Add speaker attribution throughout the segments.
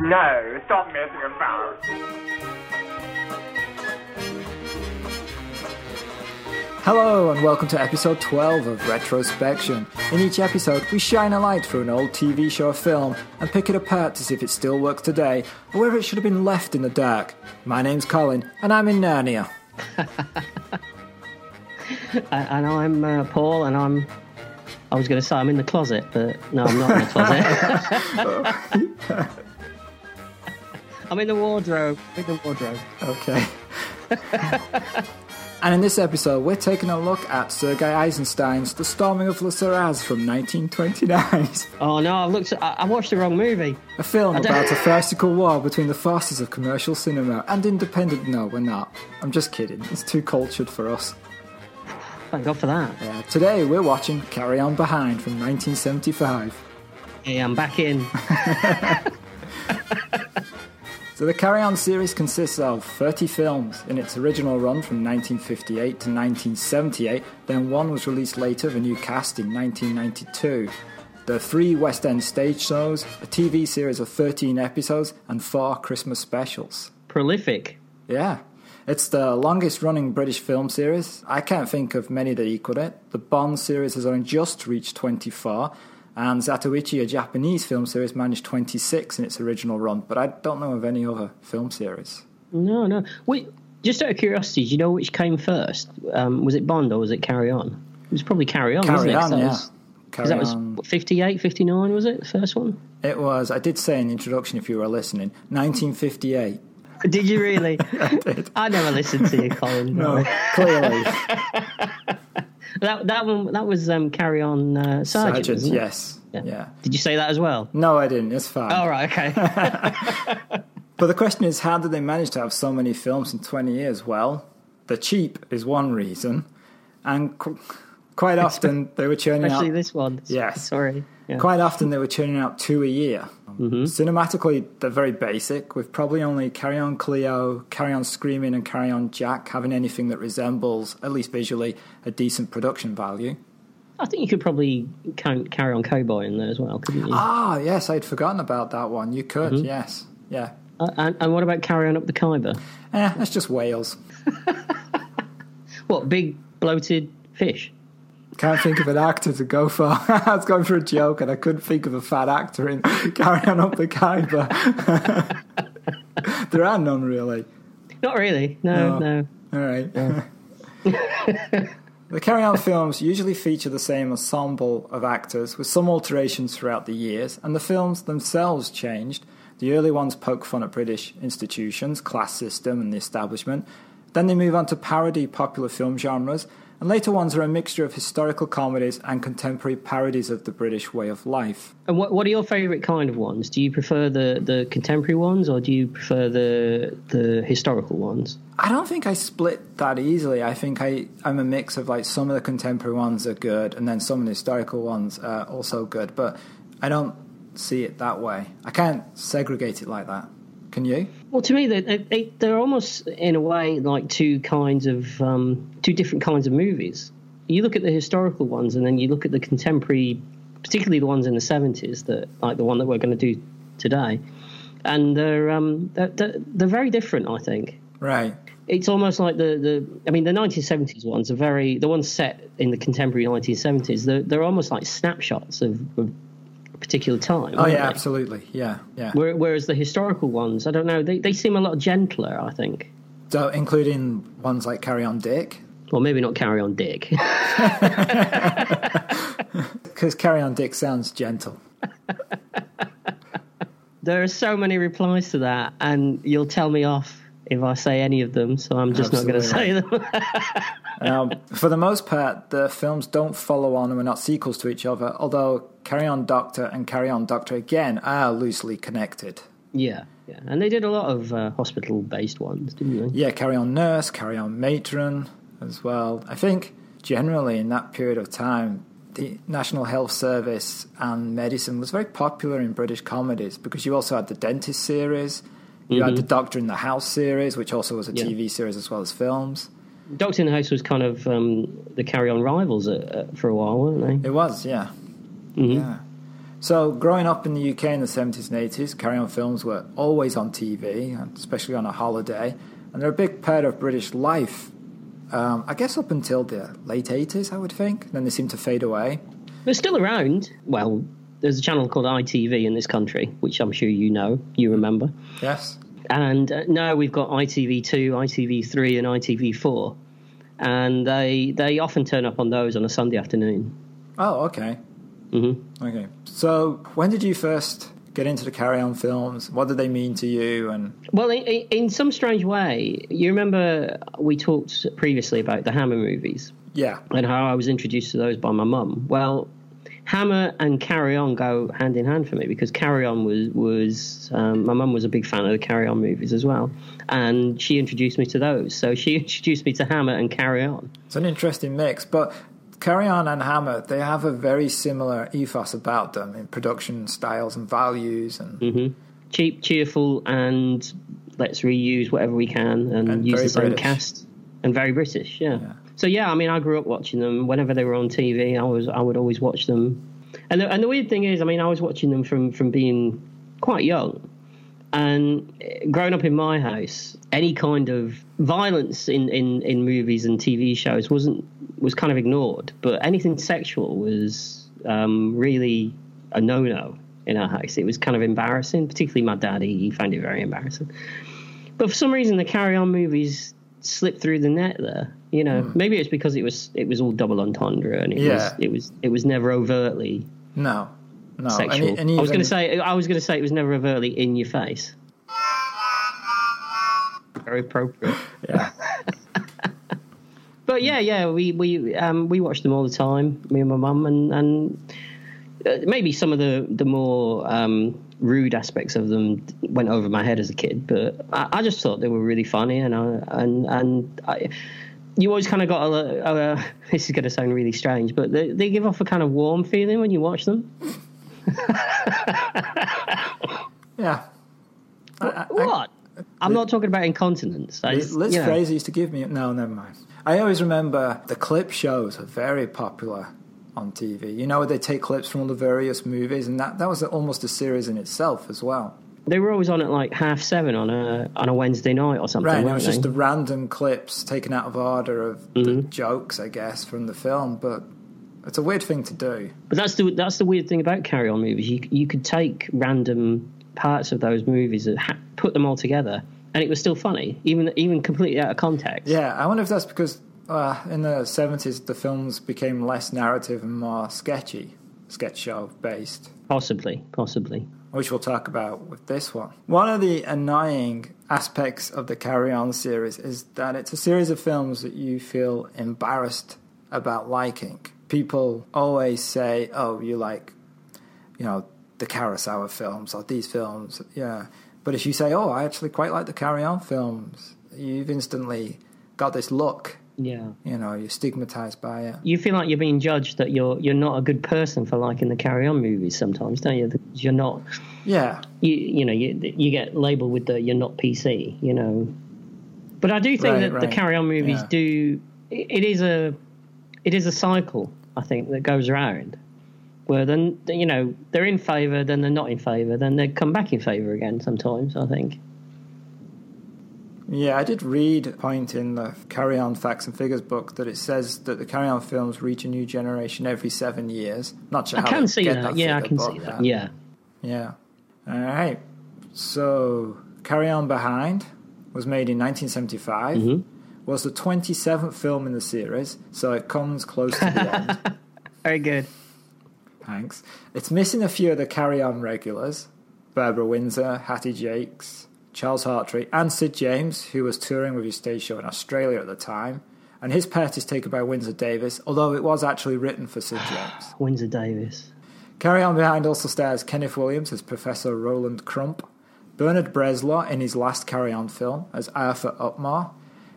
Speaker 1: No, stop messing about.
Speaker 2: Hello, and welcome to episode 12 of Retrospection. In each episode, we shine a light through an old TV show or film and pick it apart to see if it still works today or whether it should have been left in the dark. My name's Colin, and I'm in Narnia.
Speaker 3: and I'm uh, Paul, and I'm. I was going to say I'm in the closet, but no, I'm not in the closet. I'm in the wardrobe. In the wardrobe.
Speaker 2: Okay. and in this episode, we're taking a look at Sergei Eisenstein's The Storming of La Saraz from 1929,
Speaker 3: Oh no! I looked. I, I watched the wrong movie.
Speaker 2: a film
Speaker 3: I don't-
Speaker 2: about a farcical war between the forces of commercial cinema and independent. No, we're not. I'm just kidding. It's too cultured for us.
Speaker 3: Thank God for that.
Speaker 2: Uh, today, we're watching Carry On Behind from 1975.
Speaker 3: Hey, I'm back in.
Speaker 2: So the Carry On series consists of 30 films in its original run from 1958 to 1978, then one was released later with a new cast in 1992. There are three West End stage shows, a TV series of 13 episodes, and four Christmas specials.
Speaker 3: Prolific.
Speaker 2: Yeah. It's the longest running British film series. I can't think of many that equal it. The Bond series has only just reached 24, and Zatoichi, a Japanese film series, managed 26 in its original run, but I don't know of any other film series.
Speaker 3: No, no. Wait, just out of curiosity, do you know which came first? Um, was it Bond or was it Carry On? It was probably Carry On,
Speaker 2: Carry
Speaker 3: wasn't it?
Speaker 2: on,
Speaker 3: 'Cause that
Speaker 2: yeah.
Speaker 3: was- 'cause
Speaker 2: Carry
Speaker 3: that was
Speaker 2: on.
Speaker 3: what, 58, 59, was it? The first one?
Speaker 2: It was, I did say in the introduction if you were listening, 1958.
Speaker 3: Did you really? I, never listened to you, Colin.
Speaker 2: No, clearly.
Speaker 3: That that one that was um, carry on uh, sergeant.
Speaker 2: Sergeant,
Speaker 3: wasn't it?
Speaker 2: yes. Yeah. Mm.
Speaker 3: Did you say that as well?
Speaker 2: No, I didn't. It's fine.
Speaker 3: All right. Okay.
Speaker 2: But the question is, how did they manage to have so many films in 20 years? Well, the cheap is one reason, and qu- quite often they were churning
Speaker 3: Especially
Speaker 2: out.
Speaker 3: this one.
Speaker 2: Yes.
Speaker 3: Sorry. Yeah.
Speaker 2: Quite often they were churning out two a year. Cinematically, they're very basic, with probably only Carry On Cleo, Carry On Screaming, and Carry On Jack having anything that resembles, at least visually, a decent production value.
Speaker 3: I think you could probably count carry on cowboy in there as well, couldn't you?
Speaker 2: Ah, yes, I'd forgotten about that one. You could, yes. Yeah.
Speaker 3: Uh, and, and what about carry on up the Khyber?
Speaker 2: Eh, that's just Wales.
Speaker 3: What big bloated fish?
Speaker 2: Can't think of an actor to go for. I was going for a joke and I couldn't think of a fat actor in Carry On Up the Khyber. there are none really.
Speaker 3: Not really. No,
Speaker 2: No.
Speaker 3: no.
Speaker 2: All right. the Carry On films usually feature the same ensemble of actors with some alterations throughout the years, and the films themselves changed. The early ones poke fun at British institutions, class system, and the establishment. Then they move on to parody popular film genres, and later ones are a mixture of historical comedies and contemporary parodies of the British way of life.
Speaker 3: And what what are your favourite kind of ones? Do you prefer the, the contemporary ones or do you prefer the the historical ones?
Speaker 2: I don't think I split that easily. I think I, I'm a mix of like some of the contemporary ones are good and then some of the historical ones are also good, but I don't see it that way. I can't segregate it like that. Can you?
Speaker 3: Well, to me, they, they- they, they're almost in a way like two kinds of um, two different kinds of movies. You look at the historical ones, and then you look at the contemporary, particularly the ones in the seventies that like the one that we're going to do today, and they're, um, they're, they're they're very different. I think
Speaker 2: Right.
Speaker 3: it's almost like the, the I mean the nineteen seventies ones are very the ones set in the contemporary nineteen seventies. They're they're almost like snapshots of, of a particular time.
Speaker 2: Oh,
Speaker 3: aren't
Speaker 2: yeah,
Speaker 3: they?
Speaker 2: absolutely. Yeah, yeah.
Speaker 3: Where- Whereas the historical ones, I don't know, they, they seem a lot gentler. I think.
Speaker 2: So, including ones like Carry On Dick,
Speaker 3: Well, maybe not carry on, Dick.
Speaker 2: because Carry On Dick sounds gentle.
Speaker 3: there are so many replies to that, and you'll tell me off if I say any of them. So I'm just not going to say them.
Speaker 2: Um, for the most part, the films don't follow on and are not sequels to each other, although Carry On Doctor and Carry On Doctor Again are loosely connected.
Speaker 3: yeah, yeah, and they did a lot of uh, hospital-based ones, didn't they?
Speaker 2: Yeah, Carry On Nurse, Carry On Matron as well. I think generally in that period of time, the National Health Service and medicine was very popular in British comedies because you also had the Dentist series, you had the Doctor in the House series, which also was a
Speaker 3: Yeah.
Speaker 2: TV series as well as films.
Speaker 3: Doctor in the House was kind of um, the carry-on rivals uh, uh, for a while, weren't they?
Speaker 2: It was, yeah. Yeah. So, growing up in the UK in the 70s and 80s, carry on films were always on TV, and especially on a holiday, and they're a big part of British life. Um, I guess up until the late 80s, I would think. Then they seem to fade away.
Speaker 3: They're still around. Well, there's a channel called ITV in this country, which I'm sure you know, you remember.
Speaker 2: Yes?
Speaker 3: And uh, now we've got ITV2, ITV3, and ITV4. And they they often turn up on those on a Sunday afternoon.
Speaker 2: Oh, okay.
Speaker 3: hmm
Speaker 2: Okay. So, when did you first get into the carry on films? What did they mean to you? And
Speaker 3: Well, in, in in some strange way, you remember we talked previously about the Hammer movies
Speaker 2: yeah,
Speaker 3: and how I was introduced to those by my mum. Well, Hammer and Carry On go hand in hand for me because Carry On was was um, my mum was a big fan of the Carry On movies as well, and she introduced me to those. So she introduced me to Hammer and Carry On.
Speaker 2: It's an interesting mix, but Carry On and Hammer, they have a very similar ethos about them in production styles and values and,
Speaker 3: Cheap, cheerful, and let's reuse whatever we can and,
Speaker 2: And
Speaker 3: use
Speaker 2: very
Speaker 3: the same
Speaker 2: British.
Speaker 3: cast and very British. Yeah. So yeah, I mean, I grew up watching them whenever they were on TV. I was I would always watch them, and the, and the weird thing is, I mean, I was watching them from from being quite young. And eh, growing up in my house, any kind of violence in, in, in movies and TV shows wasn't was kind of ignored, but anything sexual was um, really a no no in our house. It was kind of embarrassing, particularly my daddy. He found it very embarrassing. But for some reason, the Carry On movies slipped through the net there. You know, maybe it's because it was it was all double entendre and it
Speaker 2: Yeah.
Speaker 3: was it was it was never overtly
Speaker 2: no, no. And
Speaker 3: sexual.
Speaker 2: e- and
Speaker 3: I was
Speaker 2: even-
Speaker 3: going to say I was going to say it was never overtly in your face. Very appropriate.
Speaker 2: yeah,
Speaker 3: But yeah, yeah, we we um, we watched them all the time, me and my mum, and and uh, maybe some of the the more um, rude aspects of them went over my head as a kid. But I, I just thought they were really funny, and I, and and I, you always kind of got a. lo- Uh, this is going to sound really strange, but they they give off a kind of warm feeling when you watch them.
Speaker 2: yeah.
Speaker 3: What? I'm not talking about incontinence. I just,
Speaker 2: Liz
Speaker 3: you know.
Speaker 2: Fraser used to give me. No, never mind. I always remember the clip shows were very popular on TV. You know, they take clips from all the various movies, and that, that was almost a series in itself as well.
Speaker 3: They were always on at like half seven on a on a Wednesday night or something.
Speaker 2: Right, and it
Speaker 3: weren't
Speaker 2: was
Speaker 3: they?
Speaker 2: just the random clips taken out of order of the
Speaker 3: Mm-hmm.
Speaker 2: jokes, I guess, from the film, but it's a weird thing to do.
Speaker 3: But that's the that's the weird thing about Carry On movies. You you could take random parts of those movies and ha- put them all together, and it was still funny, even even completely out of context.
Speaker 2: Yeah, I wonder if that's because uh, in the 70s the films became less narrative and more sketchy, sketch show based,
Speaker 3: Possibly, possibly.
Speaker 2: which we'll talk about with this one. One of the annoying aspects of the Carry On series is that it's a series of films that you feel embarrassed about liking. People always say, oh, you like you know, the Kurosawa films or these films, yeah. But if you say, "Oh, I actually quite like the Carry On films," you've instantly got this look.
Speaker 3: Yeah.
Speaker 2: You know, you're stigmatized by it.
Speaker 3: You feel like you're being judged that you're you're not a good person for liking the Carry On movies sometimes, don't you? That You're not.
Speaker 2: Yeah,
Speaker 3: You you know you you get labelled with the you're not PC. You know. But I do think
Speaker 2: Right,
Speaker 3: that the
Speaker 2: right.
Speaker 3: Carry On movies
Speaker 2: Yeah.
Speaker 3: do. It is a it is a cycle I think that goes around where then you know they're in favour, then they're not in favour, then they come back in favour again. Sometimes I think.
Speaker 2: yeah. I did read a point in the Carry On Facts and Figures book that it says that the Carry On films reach a new generation every seven years. Not sure
Speaker 3: I
Speaker 2: how
Speaker 3: can
Speaker 2: they
Speaker 3: see
Speaker 2: get
Speaker 3: that. Yeah, I
Speaker 2: figure,
Speaker 3: can
Speaker 2: but, uh,
Speaker 3: see that. Yeah.
Speaker 2: Yeah. All right. So, Carry On Behind was made in 1975.
Speaker 3: Mm-hmm.
Speaker 2: Was the 27th film in the series, so it comes close to the end.
Speaker 3: Very good.
Speaker 2: Thanks. It's missing a few of the Carry On regulars: Barbara Windsor, Hattie Jakes, Charles Hartree, and Sid James, who was touring with his stage show in Australia at the time. And his part is taken by Windsor Davis, although it was actually written for Sid James.
Speaker 3: Windsor Davis.
Speaker 2: Carry On Behind also stars Kenneth Williams as Professor Roland Crump, Bernard Breslau in his last Carry On film as Arthur Upmar,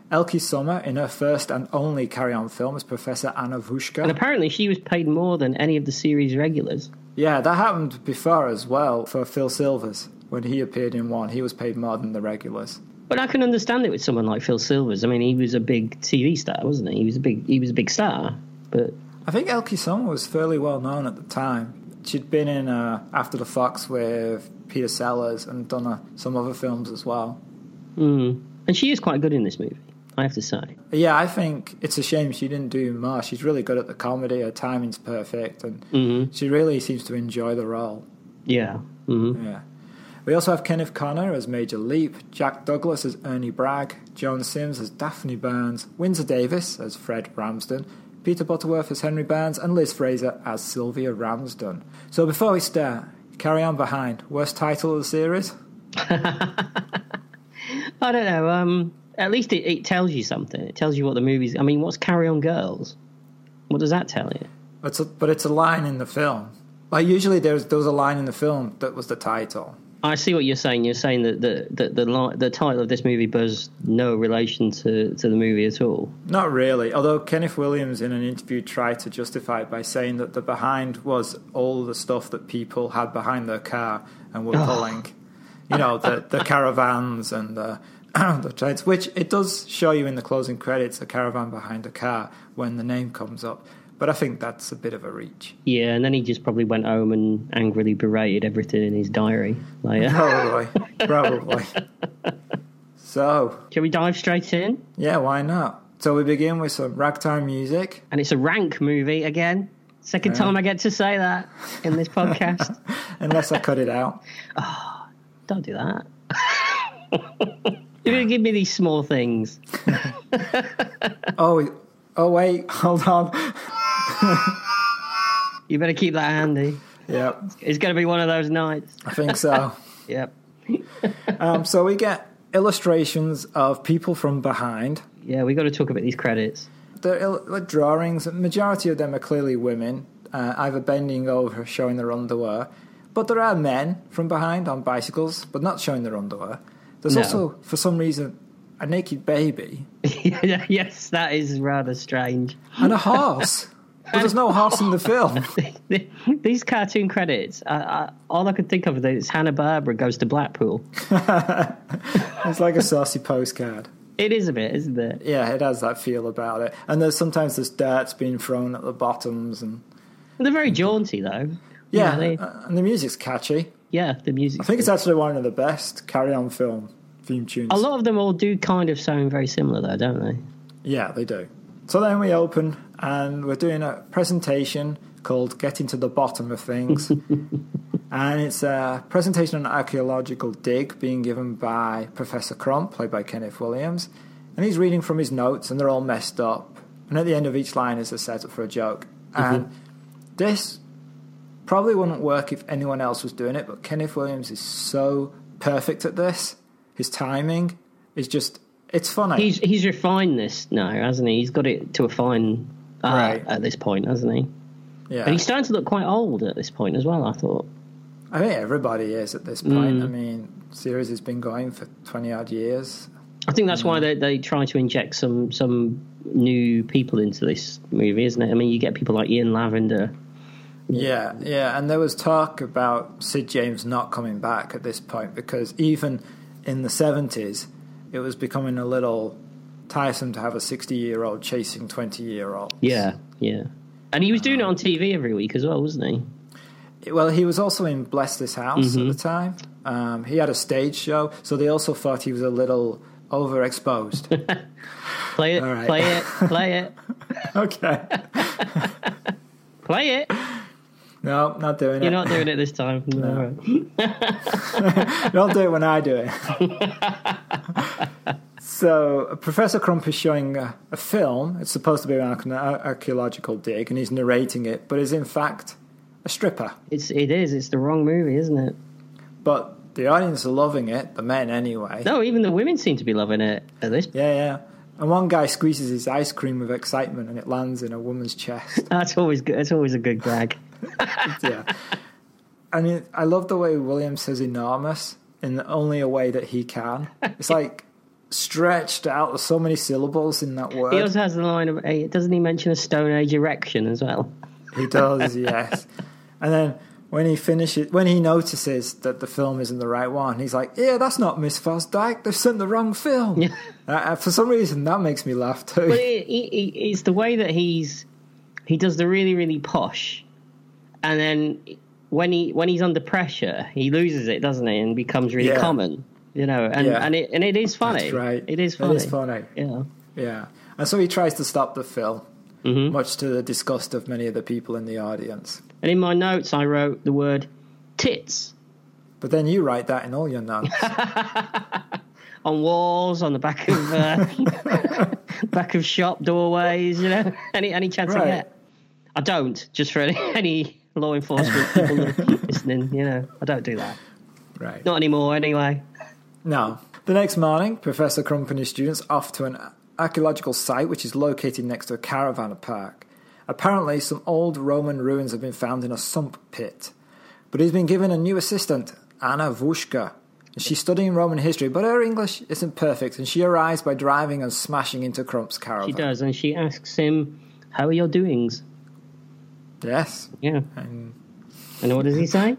Speaker 2: Elkie Summer in her first and only Carry On film as Professor Anna
Speaker 3: And
Speaker 2: Vushka.
Speaker 3: apparently she was paid more than any of the series regulars.
Speaker 2: Yeah, that happened before as well for Phil Silvers. When he appeared in one, he was paid more than the regulars.
Speaker 3: But I can understand it with someone like Phil Silvers. I mean, he was a big TV star, wasn't he? He was a big he was a big star. But
Speaker 2: I think Elkie Summer was fairly well known at the time. she'd been in uh, After the Fox with Peter Sellers and done uh, some other films as well.
Speaker 3: Mm. And she is quite good in this movie, I have to say.
Speaker 2: But yeah, I think it's a shame she didn't do more. She's really good at the comedy. Her timing's perfect, and she really seems to enjoy the role.
Speaker 3: Yeah. Mm-hmm.
Speaker 2: Yeah. We also have Kenneth Connor as Major Leap, Jack Douglas as Ernie Bragg, Joan Sims as Daphne Burns, Windsor Davis as Fred Ramsden, Peter Butterworth as Henry Burns, and Liz Fraser as Sylvia Ramsden. So before we start, carry on behind. Worst title of the series?
Speaker 3: I don't know. Um, at least it, it tells you something. It tells you what the movie's. I mean, what's Carry On Girls? What does that tell you?
Speaker 2: It's a, but it's a line in the film. Like usually there's there was a line in the film that was the title.
Speaker 3: I see what you're saying. You're saying that the the the, li- the title of this movie bears no relation to, to the movie at all.
Speaker 2: Not really. Although Kenneth Williams in an interview tried to justify it by saying that the behind was all the stuff that people had behind their car and were pulling. You know, the the caravans and the the trains, which it does show you in the closing credits, a caravan behind a car when the name comes up. But I think that's a bit of a reach.
Speaker 3: Yeah, and then he just probably went home and angrily berated everything in his diary. Like, uh,
Speaker 2: Probably. probably. So,
Speaker 3: can we dive straight in?
Speaker 2: yeah, why not? So we begin with some ragtime music.
Speaker 3: And it's a rank movie again. Second time I get to say that in this podcast.
Speaker 2: unless I cut it out.
Speaker 3: Don't do that. You're going to give me these small things.
Speaker 2: Oh, oh wait, hold on.
Speaker 3: You better keep that handy.
Speaker 2: Yep,
Speaker 3: It's going to be one of those nights.
Speaker 2: I think so.
Speaker 3: Yep.
Speaker 2: Um, so we get illustrations of people from behind.
Speaker 3: Yeah, we got to talk about these credits.
Speaker 2: They're il- like drawings. Majority of them are clearly women, uh, either bending over, showing their underwear. But there are men from behind on bicycles, but not showing their underwear. There's
Speaker 3: No.
Speaker 2: also, for some reason, a naked baby
Speaker 3: yes, that is rather strange.
Speaker 2: and a horse. but there's no horse in the film.
Speaker 3: These cartoon credits, I, I, all I could think of is Hanna Barbera goes to Blackpool.
Speaker 2: It's like a saucy postcard.
Speaker 3: It is a bit, isn't it?
Speaker 2: Yeah, it has that feel about it. And there's sometimes there's dirt's being thrown at the bottoms and
Speaker 3: They're very jaunty though.
Speaker 2: Mm-hmm. Yeah,
Speaker 3: they-
Speaker 2: uh, and the music's catchy.
Speaker 3: Yeah, the music.
Speaker 2: I think it's actually one of the best Carry On film theme tunes.
Speaker 3: a lot of them all do kind of sound very similar though, don't they?
Speaker 2: Yeah, they do. So then we open and we're doing a presentation called Getting to the Bottom of Things. and it's a presentation on archaeological dig being given by Professor Crump, played by Kenneth Williams. And he's reading from his notes and they're all messed up. And at the end of each line is a setup for a joke.
Speaker 3: Mm-hmm.
Speaker 2: And this probably wouldn't work if anyone else was doing it, but Kenneth Williams is so perfect at this. His timing is just, it's funny.
Speaker 3: He's he's refined this now, hasn't he? He's got it to a fine uh,
Speaker 2: Right.
Speaker 3: at this point, hasn't he?
Speaker 2: yeah.
Speaker 3: And he's starting to look quite old at this point as well. I thought.
Speaker 2: I think everybody is at this point. I mean, series has been going for twenty odd years.
Speaker 3: I think that's why they they try to inject some some new people into this movie, isn't it? I mean, you get people like Ian Lavender.
Speaker 2: Yeah, yeah. And there was talk about Sid James not coming back at this point because even in the seventies, it was becoming a little tiresome to have a sixty-year-old chasing twenty-year-olds.
Speaker 3: Yeah, yeah. And he was doing it on TV every week as well, wasn't he?
Speaker 2: Well, he was also in Bless This House at the time. Um, he had a stage show, so they also thought he was a little overexposed.
Speaker 3: Play it,
Speaker 2: right.
Speaker 3: play it, play it,
Speaker 2: okay.
Speaker 3: play it.
Speaker 2: No, not doing
Speaker 3: You're
Speaker 2: it.
Speaker 3: not doing it this time. No.
Speaker 2: Don't do it when I do it. so, Professor Crump is showing a, a film. It's supposed to be an arche- archaeological dig, and he's narrating it, but is in fact a stripper.
Speaker 3: It's it is. It's the wrong movie, isn't it?
Speaker 2: But the audience are loving it, the men anyway.
Speaker 3: No, even the women seem to be loving it at this.
Speaker 2: Yeah, yeah. And one guy squeezes his ice cream with excitement, and it lands in a woman's chest.
Speaker 3: That's always good. That's always a good gag.
Speaker 2: yeah. I mean, I love the way Williams says enormous in only a way that he can. It's like stretched out. There's so many syllables in that word.
Speaker 3: He also has the line of, hey, doesn't he mention a Stone Age erection as well?
Speaker 2: He does, yes. And then when he finishes, when he notices that the film isn't the right one, he's like, "Yeah, that's not Miss Fosdyke. They've sent the wrong film."
Speaker 3: Yeah.
Speaker 2: Uh, Uh, for some reason, that makes me laugh too.
Speaker 3: But it, it, it, it's the way that he's he does the really really posh, and then when he when he's under pressure, he loses it, doesn't he, and becomes really
Speaker 2: Yeah.
Speaker 3: common. You know, and
Speaker 2: Yeah.
Speaker 3: and it and it is funny.
Speaker 2: That's right.
Speaker 3: It is
Speaker 2: It
Speaker 3: funny.
Speaker 2: is funny.
Speaker 3: Yeah.
Speaker 2: Yeah. And so he tries to stop the film,
Speaker 3: Mm-hmm.
Speaker 2: much to the disgust of many of the people in the audience.
Speaker 3: And in my notes, I wrote the word tits
Speaker 2: But then you write that in all your notes.
Speaker 3: on walls, on the back of uh, back of shop doorways. You know, any any chance I
Speaker 2: Right.
Speaker 3: get. I don't. Just for any, any law enforcement people listening, you know, I don't do that.
Speaker 2: right.
Speaker 3: Not anymore, anyway.
Speaker 2: Now, the next morning, Professor Crump and his students off to an archaeological site which is located next to a caravan park. Apparently, some old Roman ruins have been found in a sump pit. But he's been given a new assistant, Anna Vushka. And She's studying Roman history, but her English isn't perfect, and she arrives by driving and smashing into Crump's caravan.
Speaker 3: She does, and she asks him, "How are your doings?"
Speaker 2: Yes.
Speaker 3: Yeah.
Speaker 2: And
Speaker 3: And what does he say?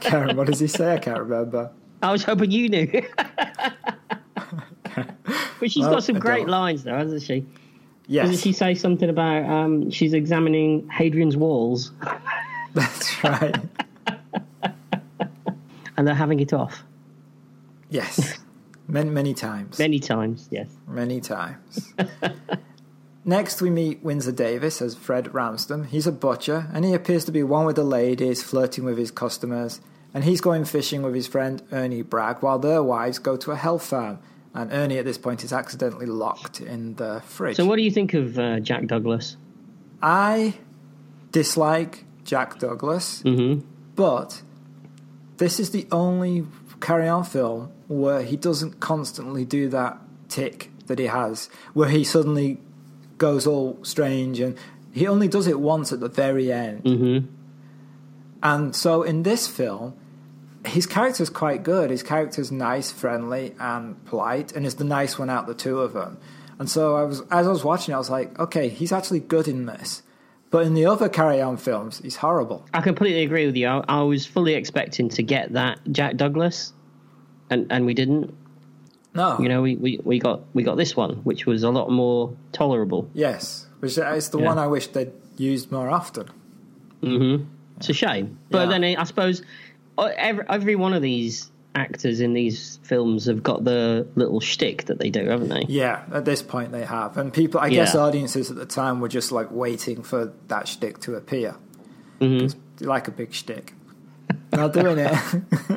Speaker 2: Karen, what does he say? I can't remember.
Speaker 3: I was hoping you knew. but she's
Speaker 2: Well,
Speaker 3: got some
Speaker 2: I
Speaker 3: great
Speaker 2: don't.
Speaker 3: lines, though, hasn't she? Doesn't
Speaker 2: Yes.
Speaker 3: she say something about um, she's examining Hadrian's walls
Speaker 2: That's right.
Speaker 3: and they're having it off
Speaker 2: Yes. Many, many times.
Speaker 3: many times? Yes.
Speaker 2: many times. Next, we meet Windsor Davis as Fred Ramsden. He's a butcher, and he appears to be one with the ladies, flirting with his customers. And he's going fishing with his friend Ernie Bragg, while their wives go to a hell farm. And Ernie, at this point, is accidentally locked in the fridge.
Speaker 3: So, what do you think of uh, Jack Douglas?
Speaker 2: I dislike Jack Douglas, but this is the only Carry On film where he doesn't constantly do that tick that he has, where he suddenly goes all strange and he only does it once at the very end. And so in this film, his character's quite good. His character's nice, friendly, and polite, and is the nice one out of the two of them. And so I was, as I was watching, I was like, okay, he's actually good in this, but in the other Carry On films, he's horrible.
Speaker 3: I completely agree with you. I, I was fully expecting to get that Jack Douglas, and and we didn't.
Speaker 2: No,
Speaker 3: You know, we, we, we got we got this one, which was a lot more tolerable.
Speaker 2: yes, which is the
Speaker 3: Yeah.
Speaker 2: one I wish they'd used more often.
Speaker 3: It's a shame.
Speaker 2: Yeah.
Speaker 3: But then I I suppose uh, every, every one of these actors in these films have got the little shtick that they do, haven't they?
Speaker 2: Yeah, at this point they have, and people, I guess,
Speaker 3: Yeah.
Speaker 2: audiences at the time were just like waiting for that shtick to appear,
Speaker 3: Mm-hmm.
Speaker 2: 'Cause they like a big shtick. Now doing it.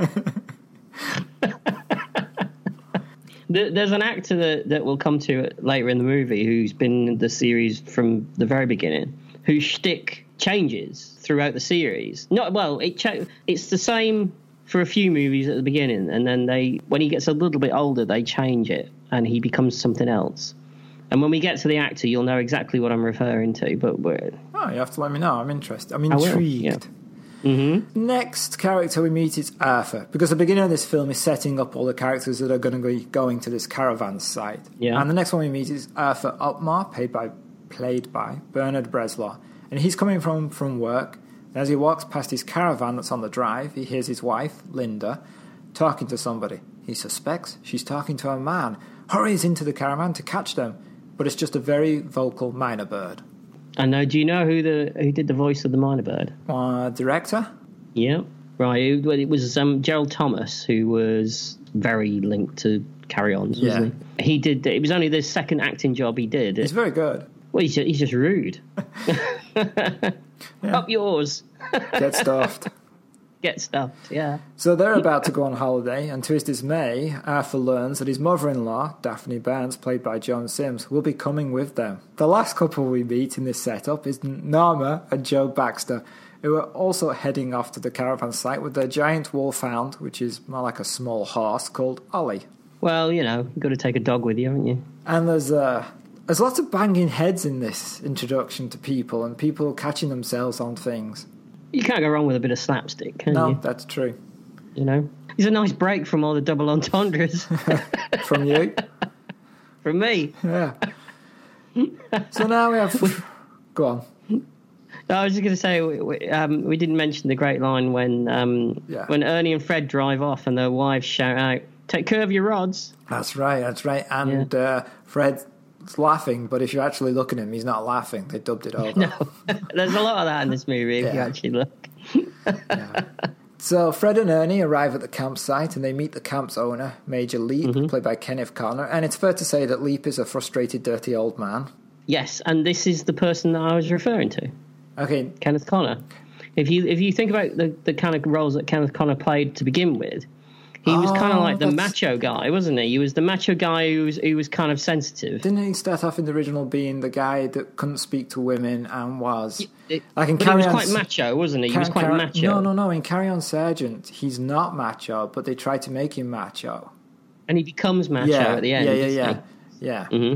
Speaker 3: There, there's an actor that, that we'll come to later in the movie who's been in the series from the very beginning, whose shtick changes throughout the series. Not well, it cha- it's the same for a few movies at the beginning, and then they when he gets a little bit older, they change it and he becomes something else. And when we get to the actor, you'll know exactly what I'm referring to. But we're,
Speaker 2: Oh, you have to let me know. I'm interested. I'm
Speaker 3: will,
Speaker 2: intrigued.
Speaker 3: yeah. Mm-hmm.
Speaker 2: Next character we meet is Arthur, because the beginning of this film is setting up all the characters that are going to be going to this caravan site.
Speaker 3: Yeah.
Speaker 2: And the next one we meet is Arthur Opmar, played by played by Bernard Breslau, and he's coming from from work. And as he walks past his caravan that's on the drive, he hears his wife Linda talking to somebody. He suspects she's talking to a man. Hurries into the caravan to catch them, but it's just a very vocal minor bird.
Speaker 3: I know. uh, Do you know who the who did the voice of the minor bird?
Speaker 2: Uh, director.
Speaker 3: Yeah, right. It, well, it was um, Gerald Thomas who was very linked to Carry Ons, wasn't he? He did. It was only the second acting job he did.
Speaker 2: He's very good.
Speaker 3: well, he's just, he's just rude. Up yours,
Speaker 2: Get stuffed.
Speaker 3: get stuffed. Yeah.
Speaker 2: So they're about to go on holiday, and to his dismay, Arthur learns that his mother in law, Daphne Burns, played by John Sims, will be coming with them. The last couple we meet in this setup is Norma and Joe Baxter, who are also heading off to the caravan site with their giant wolfhound, which is more like a small horse, called Ollie.
Speaker 3: Well, you know, you've got to take a dog with you, haven't you?
Speaker 2: And there's uh, there's lots of banging heads in this introduction to people, and people catching themselves on things.
Speaker 3: You can't go wrong with a bit of slapstick, can
Speaker 2: No,
Speaker 3: you?
Speaker 2: that's true.
Speaker 3: You know, it's a nice break from all the double entendres
Speaker 2: From you?
Speaker 3: for me.
Speaker 2: Yeah. so now we have. Go on.
Speaker 3: No, I was just going to say we, we, um, we didn't mention the great line when um,
Speaker 2: Yeah.
Speaker 3: when Ernie and Fred drive off and their wives shout out, "Take care of your rods."
Speaker 2: That's right. That's right. And uh, Fred laughing, but if you actually look at him, he's not laughing. They dubbed it over.
Speaker 3: There's a lot of that in this movie if you
Speaker 2: Yeah.
Speaker 3: actually look.
Speaker 2: So Fred and Ernie arrive at the campsite and they meet the camp's owner, Major Leap,
Speaker 3: Mm-hmm.
Speaker 2: played by Kenneth Connor. And it's fair to say that Leap is a frustrated, dirty old man.
Speaker 3: Yes, and this is the person that I was referring to,
Speaker 2: Okay,
Speaker 3: Kenneth Connor. If you if you think about the, the kind of roles that Kenneth Connor played to begin with, he was kind
Speaker 2: Oh,
Speaker 3: of like the
Speaker 2: that's-
Speaker 3: macho guy, wasn't he? He was the macho guy who was who was kind of sensitive.
Speaker 2: didn't he start off in the original being the guy that couldn't speak to women and was
Speaker 3: It-
Speaker 2: I can
Speaker 3: but he
Speaker 2: carry
Speaker 3: was
Speaker 2: on.
Speaker 3: quite macho, wasn't he? He was quite
Speaker 2: Carry-
Speaker 3: macho.
Speaker 2: No, no, no. In Carry On Sergeant, he's not macho, but they try to make him macho.
Speaker 3: And he becomes macho
Speaker 2: yeah,
Speaker 3: at the end. Mhm.
Speaker 2: yeah, yeah,
Speaker 3: doesn't
Speaker 2: yeah,
Speaker 3: he?
Speaker 2: yeah.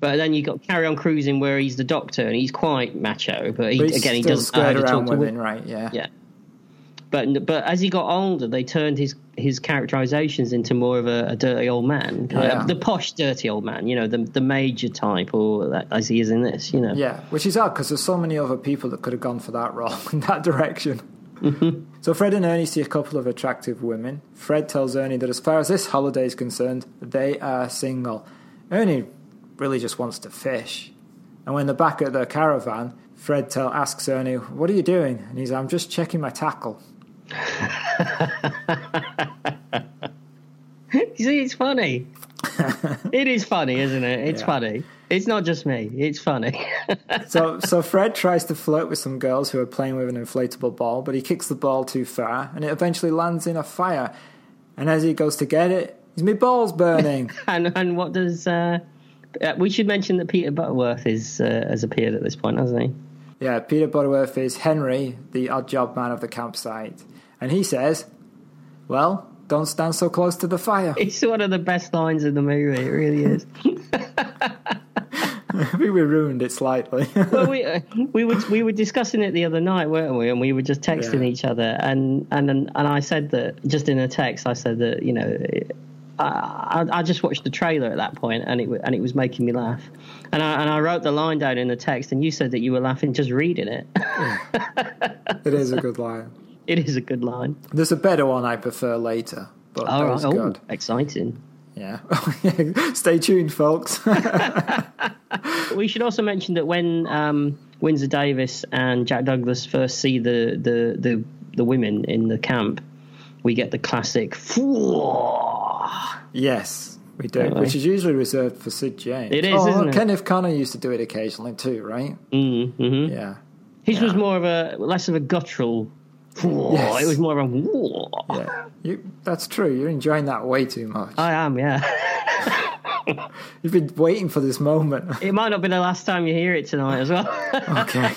Speaker 3: But then you got Carry On Cruising, where he's the doctor and he's quite macho, but, he,
Speaker 2: But he's
Speaker 3: again, he
Speaker 2: still
Speaker 3: doesn't know how
Speaker 2: squared
Speaker 3: to
Speaker 2: around
Speaker 3: talk to
Speaker 2: women,
Speaker 3: women.
Speaker 2: right? Yeah,
Speaker 3: Yeah. But but as he got older, they turned his his characterizations into more of a, a dirty old man, Like,
Speaker 2: Yeah.
Speaker 3: the posh dirty old man, you know, the the major type, or that, as he is in this, you know.
Speaker 2: Yeah, which is odd because there's so many other people that could have gone for that role in that direction.
Speaker 3: Mm-hmm.
Speaker 2: so Fred and Ernie see a couple of attractive women. Fred tells Ernie that as far as this holiday is concerned, they are single. Ernie really just wants to fish. And when they're back at their caravan, Fred tell, asks Ernie, What are you doing? And he's, I'm just checking my tackle.
Speaker 3: You see, it's funny. it is funny, isn't it? It's
Speaker 2: Yeah.
Speaker 3: funny. It's not just me. It's funny.
Speaker 2: So, so Fred tries to flirt with some girls who are playing with an inflatable ball, but he kicks the ball too far and it eventually lands in a fire. And as he goes to get it, his me ball's burning.
Speaker 3: and and what does uh, uh, we should mention that Peter Butterworth is uh, has appeared at this point, hasn't he?
Speaker 2: Yeah, Peter Butterworth is Henry, the odd job man of the campsite. And he says, Well, don't stand so close to the fire.
Speaker 3: It's one of the best lines in the movie. It really is.
Speaker 2: I think we ruined it slightly.
Speaker 3: well, we uh, we were we were discussing it the other night, weren't we? And we were just texting
Speaker 2: Yeah.
Speaker 3: each other, and and and I said that just in a text, I said that you know. I, I I just watched the trailer at that point, and it wa- and it was making me laugh, and I and I wrote the line down in the text, and you said that you were laughing just reading it.
Speaker 2: it is a good line.
Speaker 3: it is a good line.
Speaker 2: There's a better one I prefer later, but
Speaker 3: All
Speaker 2: that
Speaker 3: right,
Speaker 2: was
Speaker 3: oh,
Speaker 2: good.
Speaker 3: exciting.
Speaker 2: Yeah. Stay tuned, folks.
Speaker 3: We should also mention that when um, Windsor Davis and Jack Douglas first see the, the, the, the women in the camp, we get the classic "Fwah."
Speaker 2: yes, we do,
Speaker 3: Really?
Speaker 2: which is usually reserved for Sid James.
Speaker 3: It is,
Speaker 2: Oh,
Speaker 3: isn't it?
Speaker 2: Kenneth Connor used to do it occasionally too, right? Mm-hmm. Yeah.
Speaker 3: His was more of a less of a guttural. "Fwah."
Speaker 2: Yes.
Speaker 3: It was more of a. "Fwah."
Speaker 2: yeah. You, that's true. You're enjoying that way too much.
Speaker 3: I am, yeah.
Speaker 2: You've been waiting for this moment.
Speaker 3: It might not be the last time you hear it tonight as well.
Speaker 2: Okay.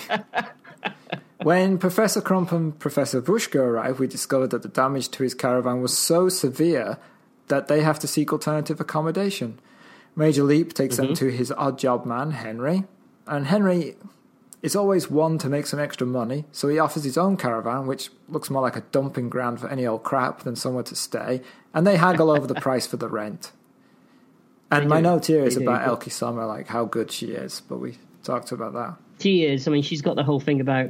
Speaker 2: when Professor Crump and Professor Bushko arrived, we discovered that the damage to his caravan was so severe that they have to seek alternative accommodation. Major Leap takes
Speaker 3: Mm-hmm.
Speaker 2: them to his odd job man, Henry, and Henry is always one to make some extra money, so he offers his own caravan, which looks more like a dumping ground for any old crap than somewhere to stay, and they haggle over the price for the rent. And my
Speaker 3: do.
Speaker 2: note here is
Speaker 3: They do,
Speaker 2: about
Speaker 3: but-
Speaker 2: Elkie Summer, like how good she is, but we talked about that.
Speaker 3: she is. I mean, she's got the whole thing about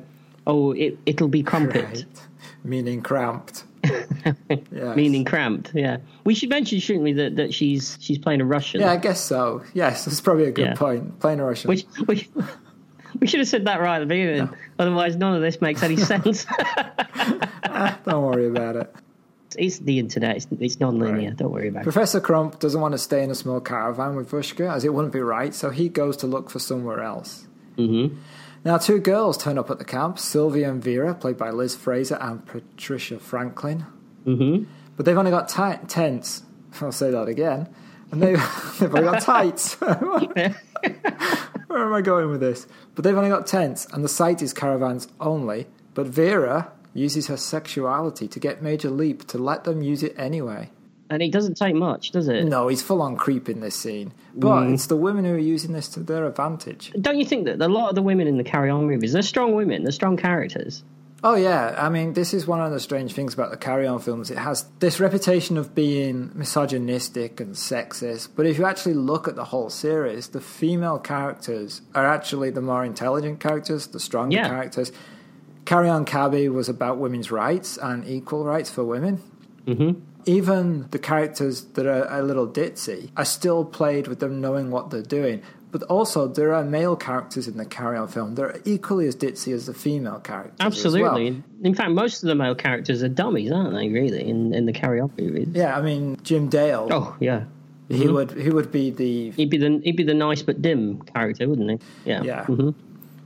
Speaker 3: oh, it it'll be crumpet.
Speaker 2: Right. Meaning cramped. yes.
Speaker 3: Meaning cramped, yeah. We should mention, shouldn't we, that, that she's she's playing a Russian.
Speaker 2: Yeah, I guess so. Yes, that's probably a good
Speaker 3: Yeah.
Speaker 2: point. Plain Russian.
Speaker 3: Which we, we should have said that right at the beginning. Otherwise, none of this makes any sense.
Speaker 2: Don't worry about it.
Speaker 3: it's the internet. It's, it's non-linear. Don't worry about it.
Speaker 2: Professor Crump doesn't want to stay in a small caravan with Vushka, as it wouldn't be right, so he goes to look for somewhere else. Mm-hmm. Now, two girls turn up at the camp Sylvia and Vera, played by Liz Fraser and Patricia Franklin. Mm-hmm. But they've only got ti- tents. I'll say that again. And they've, they've only got tights. Where am I going with this? But they've only got tents, and the site is caravans only. But Vera uses her sexuality to get Major Leap to let them use it anyway.
Speaker 3: And it doesn't take much, does it?
Speaker 2: No, he's full on creep in this scene. But it's the women who are using this to their advantage.
Speaker 3: Don't you think that a lot of the women in the Carry On movies, they're strong women, they're strong characters.
Speaker 2: Oh, yeah. I mean, this is one of the strange things about the Carry On films. It has this reputation of being misogynistic and sexist. But if you actually look at the whole series, the female characters are actually the more intelligent characters, the stronger
Speaker 3: Yeah.
Speaker 2: characters.
Speaker 3: Mm-hmm.
Speaker 2: Carry On Cabby was about women's rights and equal rights for women. even the characters that are a little ditzy are still played with them knowing what they're doing. But also, there are male characters in the Carry On film that are equally as ditzy as the female characters. as well.
Speaker 3: Absolutely. In fact, most of the male characters are dummies, aren't they? Really, in in the carry on movies.
Speaker 2: Yeah, I mean Jim Dale.
Speaker 3: Oh yeah,
Speaker 2: He would he would be the
Speaker 3: he'd be the he'd be the nice but dim character, wouldn't he? Yeah.
Speaker 2: Yeah.
Speaker 3: Mhm.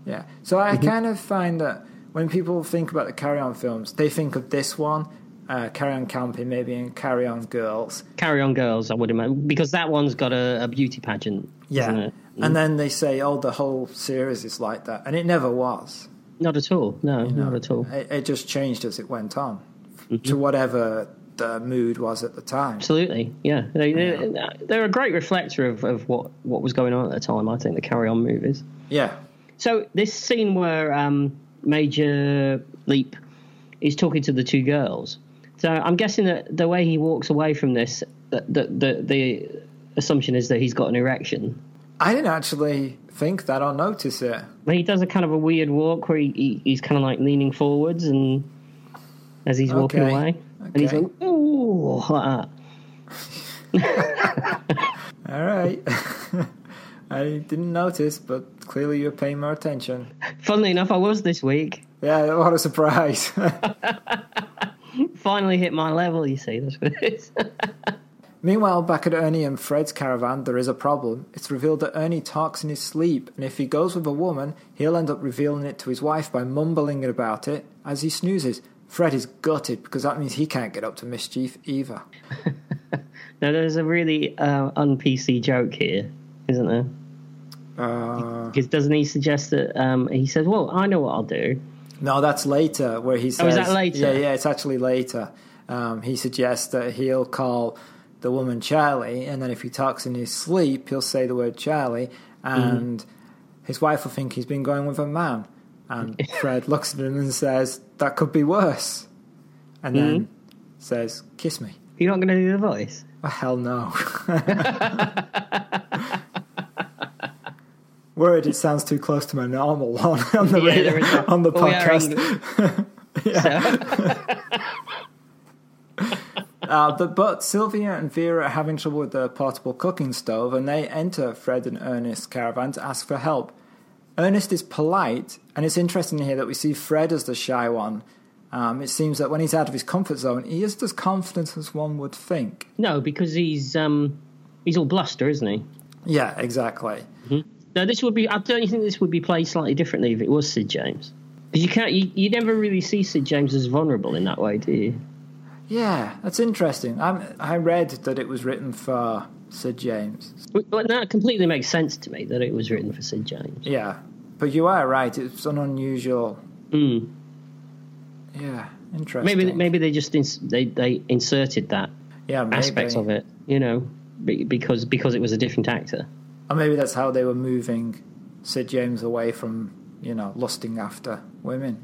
Speaker 2: Yeah. So I
Speaker 3: Mm-hmm.
Speaker 2: kind of find that when people think about the Carry On films, they think of this one, uh, Carry On Camping, maybe, and Carry On Girls.
Speaker 3: Carry on, girls. I would imagine because that one's got a, a beauty pageant. isn't it? Mm.
Speaker 2: And then they say, oh, the whole series is like that. And it never was.
Speaker 3: Not at all. No, not at all. Mm-hmm.
Speaker 2: It, it just changed as it went on to whatever the mood was at the time.
Speaker 3: Absolutely, yeah. They, They're, they're a great reflector of, of what, what was going on at the time. I think the Carry On movies.
Speaker 2: Yeah.
Speaker 3: So this scene where um, Major Leap is talking to the two girls. So I'm guessing that the way he walks away from this, the the, the, the assumption is that he's got an erection.
Speaker 2: I didn't actually think that or notice it.
Speaker 3: But he does a kind of a weird walk where he, he, he's kind of like leaning forwards and as he's walking
Speaker 2: Okay.
Speaker 3: away, and he's
Speaker 2: Okay.
Speaker 3: like, "Ooh," like that.
Speaker 2: All right. I didn't notice, but clearly you're paying more attention.
Speaker 3: Funnily enough, I was this week.
Speaker 2: Yeah, what a surprise.
Speaker 3: Finally hit my level. You see, that's what it is.
Speaker 2: Meanwhile, back at Ernie and Fred's caravan, there is a problem. It's revealed that Ernie talks in his sleep, and if he goes with a woman, he'll end up revealing it to his wife by mumbling about it as he snoozes. Fred is gutted because that means he can't get up to mischief either.
Speaker 3: Now, there's a really uh, un PC joke here, isn't there?
Speaker 2: Uh-huh. Uh,
Speaker 3: Because doesn't he suggest that um, he says, "Well, I know what I'll do."
Speaker 2: no, that's later where he says.
Speaker 3: Oh, that later?
Speaker 2: Yeah, yeah, it's actually later. Um, he suggests that he'll call the woman Charlie, and then if he talks in his sleep, he'll say the word Charlie,
Speaker 3: Mm.
Speaker 2: and his wife will think he's been going with a man. And Fred looks at him and says, That could be worse. And
Speaker 3: Mm.
Speaker 2: then says, Kiss me.
Speaker 3: You're not going to do the voice.
Speaker 2: Oh, hell no. Worried it sounds too close to my normal one on the,
Speaker 3: Yeah, there
Speaker 2: radio-
Speaker 3: is that.
Speaker 2: on the
Speaker 3: But we are
Speaker 2: podcast.
Speaker 3: English,
Speaker 2: Uh, but, but Sylvia and Vera are having trouble with their portable cooking stove, and they enter Fred and Ernest's caravan to ask for help. Ernest is polite, and it's interesting here that we see Fred as the shy one. Um, it seems that when he's out of his comfort zone, he isn't as confident as one would think.
Speaker 3: No, because he's um, he's all bluster, isn't he?
Speaker 2: Yeah, exactly.
Speaker 3: Now, this would be. I don't think this would be played slightly differently if it was Sid James. Because you can't. You, you never really see Sid James as vulnerable in that way, do you?
Speaker 2: Yeah, that's interesting. i I read that it was written for Sir James.
Speaker 3: But, but that completely makes sense to me that it was written for Sid James.
Speaker 2: Yeah, but you are right. It's an unusual.
Speaker 3: Mm.
Speaker 2: Yeah, interesting.
Speaker 3: Maybe maybe they just ins- they they inserted that
Speaker 2: yeah, maybe.
Speaker 3: aspect of it. You know, be- because because it was a different actor.
Speaker 2: Or maybe that's how they were moving Sir James away from you know lusting after women.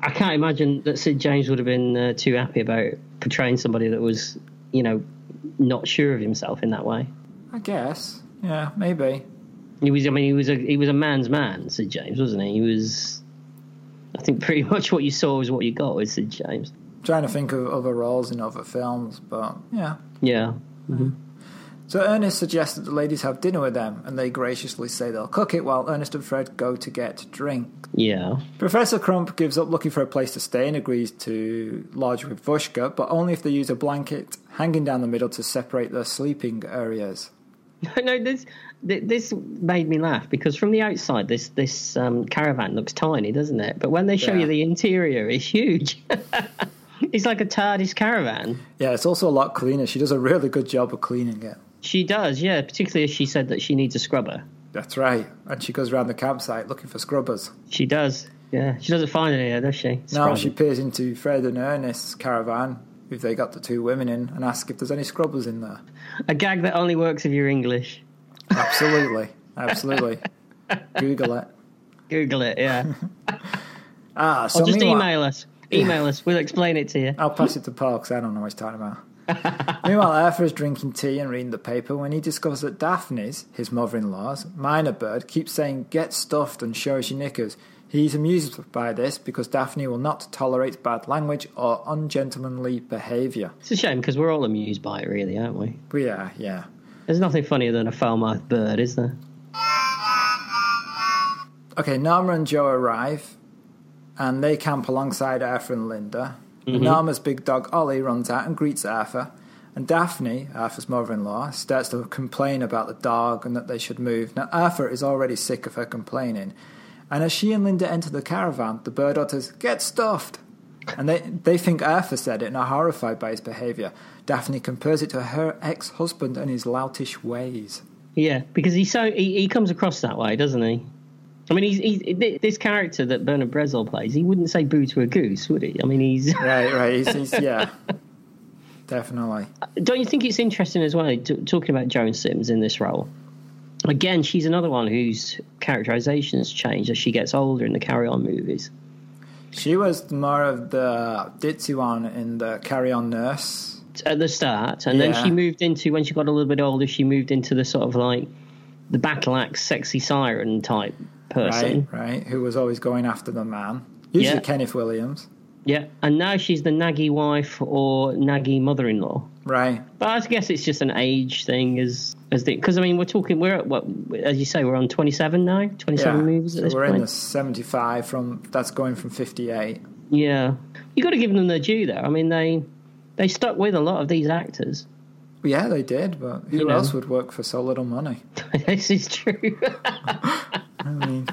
Speaker 3: I can't imagine that Sid James would have been uh, too happy about portraying somebody that was, you know, not sure of himself in that way.
Speaker 2: I guess. Yeah, maybe.
Speaker 3: He was, I mean, he was a he was a man's man, Sid James, wasn't he? He was, I think, pretty much what you saw was what you got with Sid James.
Speaker 2: trying to think of other roles in other films, but yeah.
Speaker 3: Yeah,
Speaker 2: So Ernest suggests that the ladies have dinner with them, and they graciously say they'll cook it while Ernest and Fred go to get drink.
Speaker 3: yeah.
Speaker 2: Professor Crump gives up looking for a place to stay and agrees to lodge with Vushka, but only if they use a blanket hanging down the middle to separate their sleeping areas.
Speaker 3: No, this th- this made me laugh because from the outside, this this um, caravan looks tiny, doesn't it? But when they show
Speaker 2: Yeah.
Speaker 3: you the interior, it's huge. it's like a TARDIS caravan.
Speaker 2: Yeah, it's also a lot cleaner. She does a really good job of cleaning it.
Speaker 3: She does, yeah. Particularly as she said that she needs a scrubber.
Speaker 2: That's right. And she goes around the campsite looking for scrubbers.
Speaker 3: She does. Yeah, she doesn't find any, does she? It's
Speaker 2: Now
Speaker 3: private.
Speaker 2: she peers into Fred and Ernest's caravan, if they got the two women in, and asks if there's any scrubbers in there.
Speaker 3: a gag that only works if you're English.
Speaker 2: Absolutely. Absolutely. Google it.
Speaker 3: Google it. Yeah,
Speaker 2: Ah, so
Speaker 3: or just
Speaker 2: meanwhile-
Speaker 3: email us. Email us. We'll explain it to you.
Speaker 2: I'll pass it to Paul because I don't know what he's talking about. Meanwhile, Arthur is drinking tea and reading the paper when he discovers that Daphne's, his mother in law's, minor bird, keeps saying, Get stuffed and show us your knickers. He's amused by this because Daphne will not tolerate bad language or ungentlemanly behaviour.
Speaker 3: It's a shame because we're all amused by it, really, aren't we?
Speaker 2: But yeah, yeah.
Speaker 3: There's nothing funnier than a foul-mouthed bird, is there?
Speaker 2: Okay, Norma and Joe arrive and they camp alongside Arthur and Linda. Norma's big dog Ollie runs out and greets Arthur. And Daphne, Arthur's mother in law, starts to complain about the dog and that they should move. Now, Arthur is already sick of her complaining. And as she and Linda enter the caravan, the bird utters, Get stuffed! And they, they think Arthur said it and are horrified by his behaviour. Daphne compares it to her ex husband and his loutish ways.
Speaker 3: Yeah, because he's so he, he comes across that way, doesn't he? I mean, he's, he's thi- this character that Bernard Brezel plays. He wouldn't say "boo" to a goose, would he? I mean, he's
Speaker 2: Right, right. He's, he's, yeah, definitely.
Speaker 3: don't you think it's interesting as well t- talking about Joan Sims in this role? Again, she's another one whose characterization has changed as she gets older in the Carry On movies.
Speaker 2: She was more of the ditzy one in the Carry On Nurse.
Speaker 3: at the start, and
Speaker 2: Yeah.
Speaker 3: then she moved into when she got a little bit older. She moved into the sort of like the battle axe, sexy siren type person.
Speaker 2: Right, right. Who was always going after the man. Usually
Speaker 3: Yeah.
Speaker 2: Kenneth Williams.
Speaker 3: Yeah, and now she's the naggy wife or naggy mother-in-law.
Speaker 2: Right.
Speaker 3: But I guess it's just an age thing, as as the because I mean we're talking we're at what as you say we're on twenty seven now, twenty
Speaker 2: Yeah.
Speaker 3: seven movies at
Speaker 2: So
Speaker 3: this
Speaker 2: we're in
Speaker 3: point.
Speaker 2: the 75 from, that's going from 58.
Speaker 3: Yeah, you got to give them their due though. I mean they they stuck with a lot of these actors.
Speaker 2: Yeah, they did, but who
Speaker 3: know.
Speaker 2: else would work for so little money?
Speaker 3: this is true.
Speaker 2: I mean,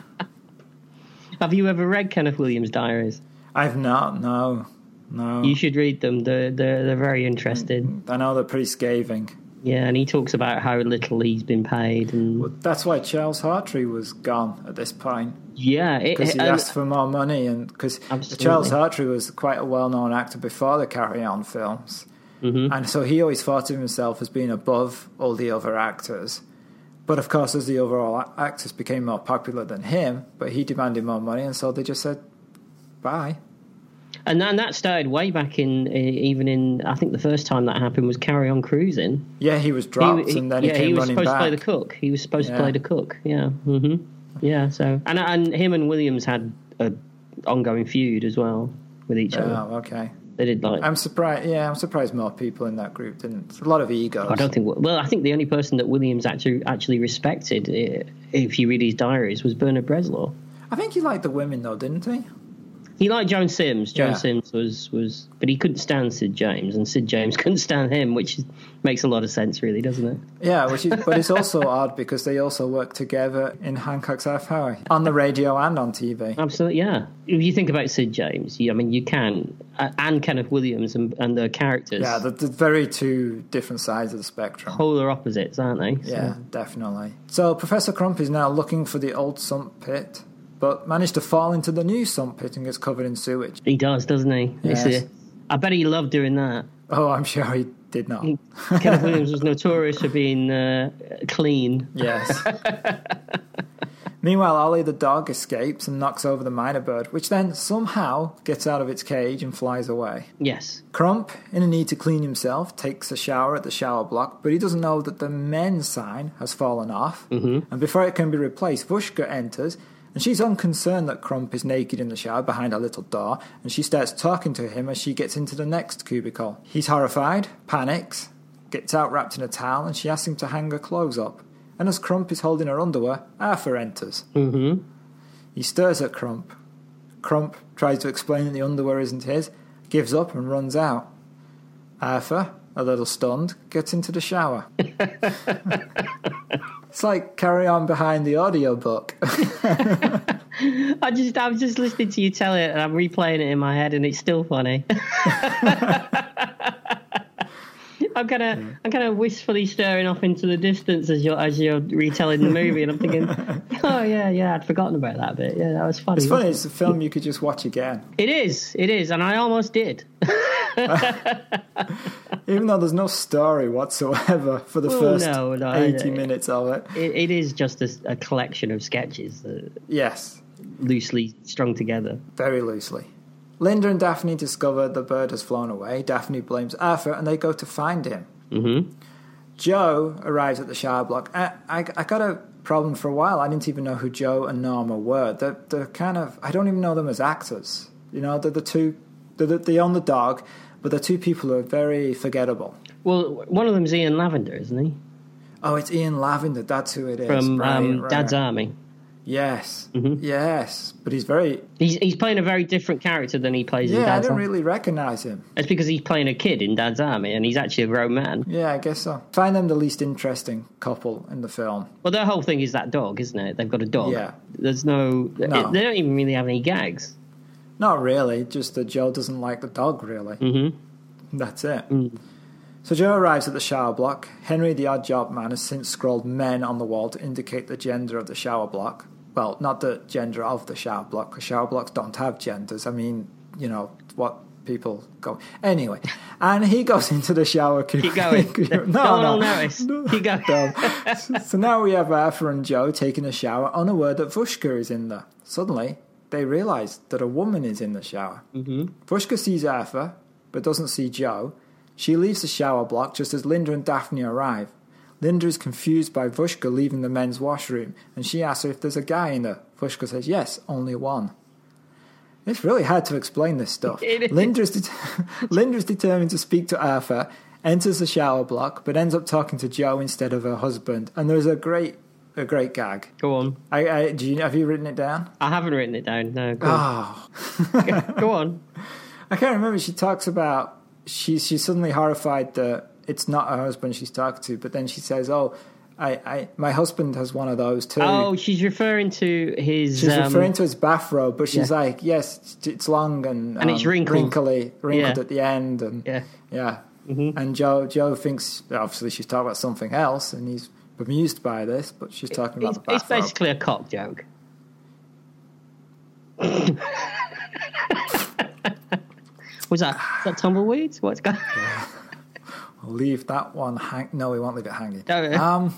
Speaker 3: Have you ever read Kenneth Williams' diaries?
Speaker 2: I've not, no. No.
Speaker 3: You should read them. They're they're, they're very interesting.
Speaker 2: I know they're pretty scathing.
Speaker 3: Yeah, and he talks about how little he's been paid, and
Speaker 2: But that's why Charles Hartree was gone at this point.
Speaker 3: yeah, it,
Speaker 2: because he
Speaker 3: and-
Speaker 2: asked for more money, and because
Speaker 3: Absolutely.
Speaker 2: Charles Hartree was quite a well-known actor before the Carry On films,
Speaker 3: Mm-hmm.
Speaker 2: and so he always thought of himself as being above all the other actors. But of course, as the overall a- actors became more popular than him, but he demanded more money, and so they just said bye.
Speaker 3: and then that started way back in eh, even in I think the first time that happened was Carry On Cruising.
Speaker 2: Yeah, he was dropped,
Speaker 3: he,
Speaker 2: and then
Speaker 3: yeah,
Speaker 2: he came
Speaker 3: he was
Speaker 2: running
Speaker 3: supposed
Speaker 2: back.
Speaker 3: to play the cook. He was supposed
Speaker 2: Yeah.
Speaker 3: to play the cook. Yeah, hmm yeah. So and and him and Williams had a ongoing feud as well with each other.
Speaker 2: Oh, okay.
Speaker 3: They did like.
Speaker 2: I'm surprised. Yeah, I'm surprised more people in that group didn't. It's a lot of egos.
Speaker 3: I don't think. Well, I think the only person that Williams actually actually respected, eh, if you read his diaries, was Bernard Breslau.
Speaker 2: I think he liked the women though, didn't he?
Speaker 3: He liked Joan Sims. Joan
Speaker 2: Yeah.
Speaker 3: Sims was was, but he couldn't stand Sid James, and Sid James couldn't stand him, which is, makes a lot of sense, really, doesn't it?
Speaker 2: Yeah, which is, but it's also odd because they also work together in Hancock's Half Hour on the radio and on TV.
Speaker 3: Absolutely, yeah. If you think about Sid James, you, I mean, you can, uh, and Kenneth Williams and and their characters,
Speaker 2: Yeah, they're, they're very two different sides of the spectrum.
Speaker 3: polar opposites, aren't they? So-
Speaker 2: Yeah, definitely. So Professor Crump is now looking for the old sump pit, but managed to fall into the new sump pit and gets covered in sewage.
Speaker 3: he does, doesn't he? It's
Speaker 2: Yes.
Speaker 3: a- I bet he loved doing that.
Speaker 2: Oh, I'm sure he did not.
Speaker 3: Kenneth Williams was notorious for being uh, clean.
Speaker 2: Yes. Meanwhile, Ollie the dog escapes and knocks over the minor bird, which then somehow gets out of its cage and flies away.
Speaker 3: Yes,
Speaker 2: Crump, in a need to clean himself, takes a shower at the shower block, but he doesn't know that the men's sign has fallen off. Mm-hmm. And before it can be replaced, Vushka enters, and she's unconcerned that Crump is naked in the shower behind her little door, and she starts talking to him as she gets into the next cubicle. He's horrified, panics, gets out wrapped in a towel, and she asks him to hang her clothes up. And as Crump is holding her underwear, Arthur enters. Mm-hmm. He stares at Crump, Crump tries to explain that the underwear isn't his, gives up and runs out. Arthur, a little stunned, gets into the shower. it's like carry on behind the audiobook.
Speaker 3: I just I was just listening to you tell it, and I'm replaying it in my head, and it's still funny. I'm gonna I'm gonna wistfully staring off into the distance as you're as you're retelling the movie, and I'm thinking, oh yeah, yeah, I'd forgotten about that bit. Yeah, that was funny.
Speaker 2: It's funny, it's a film you could just watch again.
Speaker 3: It is, it is, and I almost did.
Speaker 2: Even though there's no story whatsoever for the
Speaker 3: Well,
Speaker 2: first
Speaker 3: no, no, I
Speaker 2: 80
Speaker 3: know.
Speaker 2: minutes of it.
Speaker 3: It, it is just a, a collection of sketches that
Speaker 2: Yes,
Speaker 3: loosely strung together.
Speaker 2: very loosely. Linda and Daphne discover the bird has flown away. Daphne blames Arthur and they go to find him. Mm-hmm. Joe arrives at the shower block. I, I, I gotta problem for a while. I didn't even know who Joe and Norma were. They're, they're kind of, I don't even know them as actors. You know, they're the two, they're the, the underdog, but the two people who are very forgettable.
Speaker 3: Well, one of them's Ian Lavender, isn't he?
Speaker 2: Oh, it's Ian Lavender. That's who it is.
Speaker 3: From
Speaker 2: Right,
Speaker 3: um,
Speaker 2: right.
Speaker 3: Dad's Mm-hmm. Army.
Speaker 2: Yes, yes. But he's very.
Speaker 3: He's, he's playing a very different character than he plays in
Speaker 2: Yeah, I
Speaker 3: Dad's uh,
Speaker 2: didn't
Speaker 3: Army.
Speaker 2: really recognize him.
Speaker 3: It's because he's playing a kid in Dad's Army and he's actually a grown man.
Speaker 2: Yeah, I guess so. Find them the least interesting couple in the film.
Speaker 3: Well, their whole thing is that dog, isn't it? They've got a dog.
Speaker 2: Yeah.
Speaker 3: There's no.
Speaker 2: No.
Speaker 3: they don't even really have any gags.
Speaker 2: Not really, just that Joe doesn't like the dog, really. Mm-hmm. That's it.
Speaker 3: Mm.
Speaker 2: So Joe arrives at the shower block. Henry, the odd job man, has since scrawled men on the wall to indicate the gender of the shower block. Well, not the gender of the shower block, because shower blocks don't have genders. I mean, you know, what people go. Anyway, and he goes into the shower.
Speaker 3: Keep going.
Speaker 2: no,
Speaker 3: no, one
Speaker 2: no.
Speaker 3: will notice. Keep going.
Speaker 2: Um, so now we have Arthur and Joe taking a shower, unaware that Vushka is in there. Suddenly, they realise that a woman is in the shower. Mm-hmm. Vushka sees Arthur, but doesn't see Joe. She leaves the shower block just as Linda and Daphne arrive. Linda is confused by Vushka leaving the men's washroom, and she asks her if there's a guy in there. Vushka says, yes, only one. It's really hard to explain this stuff.
Speaker 3: It is.
Speaker 2: Linda is, det- Linda is determined to speak to Arthur, enters the shower block, but ends up talking to Joe instead of her husband. And there's a great, a great gag.
Speaker 3: Go on.
Speaker 2: I, I, do you, have you written it down?
Speaker 3: I haven't written it down. No. Go, on.
Speaker 2: Oh,
Speaker 3: go on.
Speaker 2: I can't remember. She talks about she's she's suddenly horrified that it's not her husband she's talking to, but then she says, "Oh, I, I my husband has one of those too."
Speaker 3: Oh, she's referring to his.
Speaker 2: She's
Speaker 3: um,
Speaker 2: referring to his bathrobe, but she's
Speaker 3: yeah.
Speaker 2: like, yes, it's- it's long and, um,
Speaker 3: And it's wrinkled.
Speaker 2: wrinkly, wrinkled
Speaker 3: Yeah.
Speaker 2: at the end, and
Speaker 3: Yeah. Mm-hmm.
Speaker 2: yeah. And Joe Joe thinks obviously she's talking about something else, and he's bemused by this, but she's talking about
Speaker 3: It's,
Speaker 2: the
Speaker 3: it's
Speaker 2: bathrobe.
Speaker 3: basically a cock joke. Was that is that tumbleweeds? What's going?
Speaker 2: I'll leave that one hang. No, we won't leave it hanging.
Speaker 3: No.
Speaker 2: Um,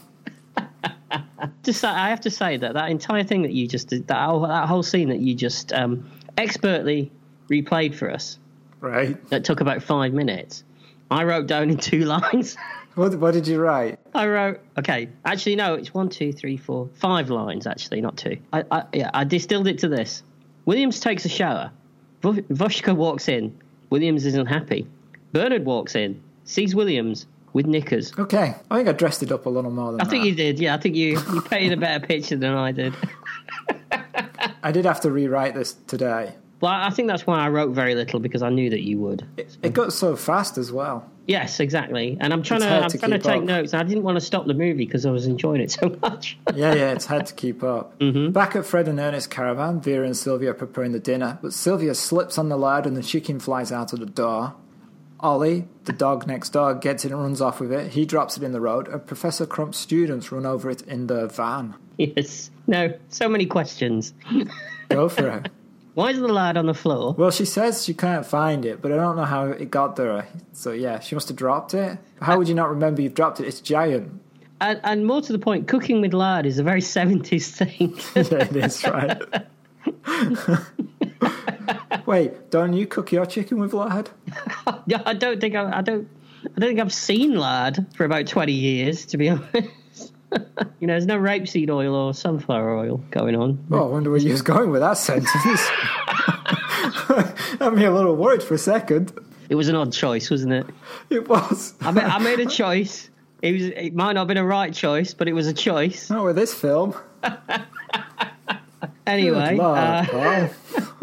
Speaker 3: Just that- I have to say that that entire thing that you just did, that whole, that whole scene that you just um, expertly replayed for us
Speaker 2: right.
Speaker 3: that took about five minutes. I wrote down in two lines.
Speaker 2: What what did you write?
Speaker 3: I wrote okay. Actually, no, it's one, two, three, four, five lines. Actually, not two. I, I yeah, I distilled it to this: Williams takes a shower. V- Voshka walks in. Williams isn't happy. Bernard walks in, sees Williams with knickers.
Speaker 2: Okay, I think I dressed it up a little more than
Speaker 3: I think
Speaker 2: that.
Speaker 3: you did. Yeah, I think you you painted a better picture than I did.
Speaker 2: I did have to rewrite this today.
Speaker 3: Well, I think that's why I wrote very little because I knew that you would.
Speaker 2: It got so fast as well.
Speaker 3: Yes, exactly. And I'm trying
Speaker 2: It's
Speaker 3: to
Speaker 2: hard
Speaker 3: I'm
Speaker 2: to
Speaker 3: trying to
Speaker 2: keep
Speaker 3: take
Speaker 2: up.
Speaker 3: notes. I didn't want to stop the movie because I was enjoying it so much.
Speaker 2: yeah, yeah, it's hard to keep up. Back at Fred and Ernest's caravan, Vera and Sylvia are preparing the dinner, but Sylvia slips on the lard and the chicken flies out of the door. Ollie, the dog next door, gets it and runs off with it. He drops it in the road, and Professor Crump's students run over it in their van.
Speaker 3: yes. No. So many questions.
Speaker 2: Go for it.
Speaker 3: Why is the lad on the floor?
Speaker 2: Well, she says she can't find it, but I don't know how it got there. So, yeah, she must have dropped it. How would you not remember you've dropped it? It's giant.
Speaker 3: And, and more to the point, cooking with lard is a very 70s thing.
Speaker 2: Yeah, it is, right? Wait, don't you cook your chicken with lard?
Speaker 3: yeah, I don't think I, I don't I don't think I've seen lard for about 20 years, to be honest. you know, there's no rapeseed oil or sunflower oil going on.
Speaker 2: Well, Oh, I wonder where you was going with that sentence. I'm a little worried for a second.
Speaker 3: It was an odd choice, wasn't it?
Speaker 2: It was.
Speaker 3: I made, I made a choice. It was it might not have been a right choice, but it was a choice.
Speaker 2: Not with this film.
Speaker 3: Anyway,
Speaker 2: Good Lord,
Speaker 3: uh,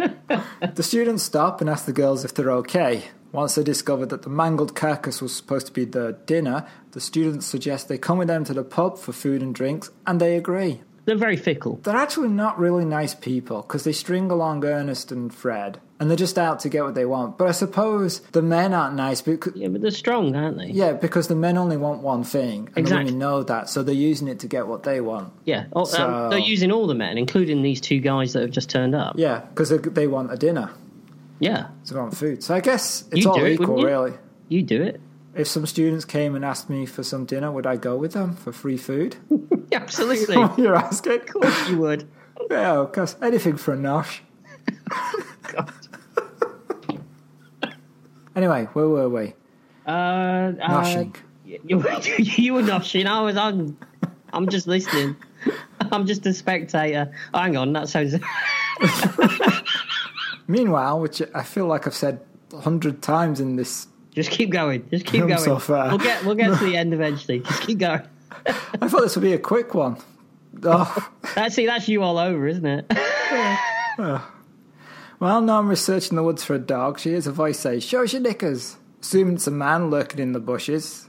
Speaker 2: Paul. the students stop and ask the girls if they're okay. Once they discover that the mangled carcass was supposed to be their dinner, the students suggest they come with them to the pub for food and drinks, and they agree.
Speaker 3: they're very fickle.
Speaker 2: They're actually not really nice people because they string along Ernest and Fred, and they're just out to get what they want. But I suppose the men aren't nice because
Speaker 3: Yeah, but they're strong, aren't they?
Speaker 2: Yeah, because the men only want one thing, and
Speaker 3: Exactly.
Speaker 2: the women know that, so they're using it to get what they want.
Speaker 3: Yeah. Oh, um,
Speaker 2: So-
Speaker 3: they're using all the men, including these two guys that have just turned up.
Speaker 2: Yeah, because they, they want a dinner,
Speaker 3: Yeah.
Speaker 2: so they want food. So I guess it's
Speaker 3: You'd
Speaker 2: all
Speaker 3: do it,
Speaker 2: equal,
Speaker 3: wouldn't you?
Speaker 2: really.
Speaker 3: You do it.
Speaker 2: If some students came and asked me for some dinner, would I go with them for free food?
Speaker 3: Absolutely.
Speaker 2: What You're asking?
Speaker 3: you would.
Speaker 2: Yeah, of course. Anything for a nosh. Anyway, where were we?
Speaker 3: Uh, uh,
Speaker 2: Noshing.
Speaker 3: You, you were noshing. I was on. I'm just listening. I'm just a spectator. Oh, Hang on, that sounds.
Speaker 2: Meanwhile, which I feel like I've said a hundred times in this,
Speaker 3: just keep going. Just keep
Speaker 2: I'm
Speaker 3: going.
Speaker 2: so far.
Speaker 3: We'll get we'll get to the end eventually. Just keep going.
Speaker 2: I thought this would be a quick one. Oh,
Speaker 3: That's see, that's you all over, isn't it?
Speaker 2: well, now I'm researching the woods for a dog. She hears a voice say, Show us your knickers. Assuming it's a man lurking in the bushes,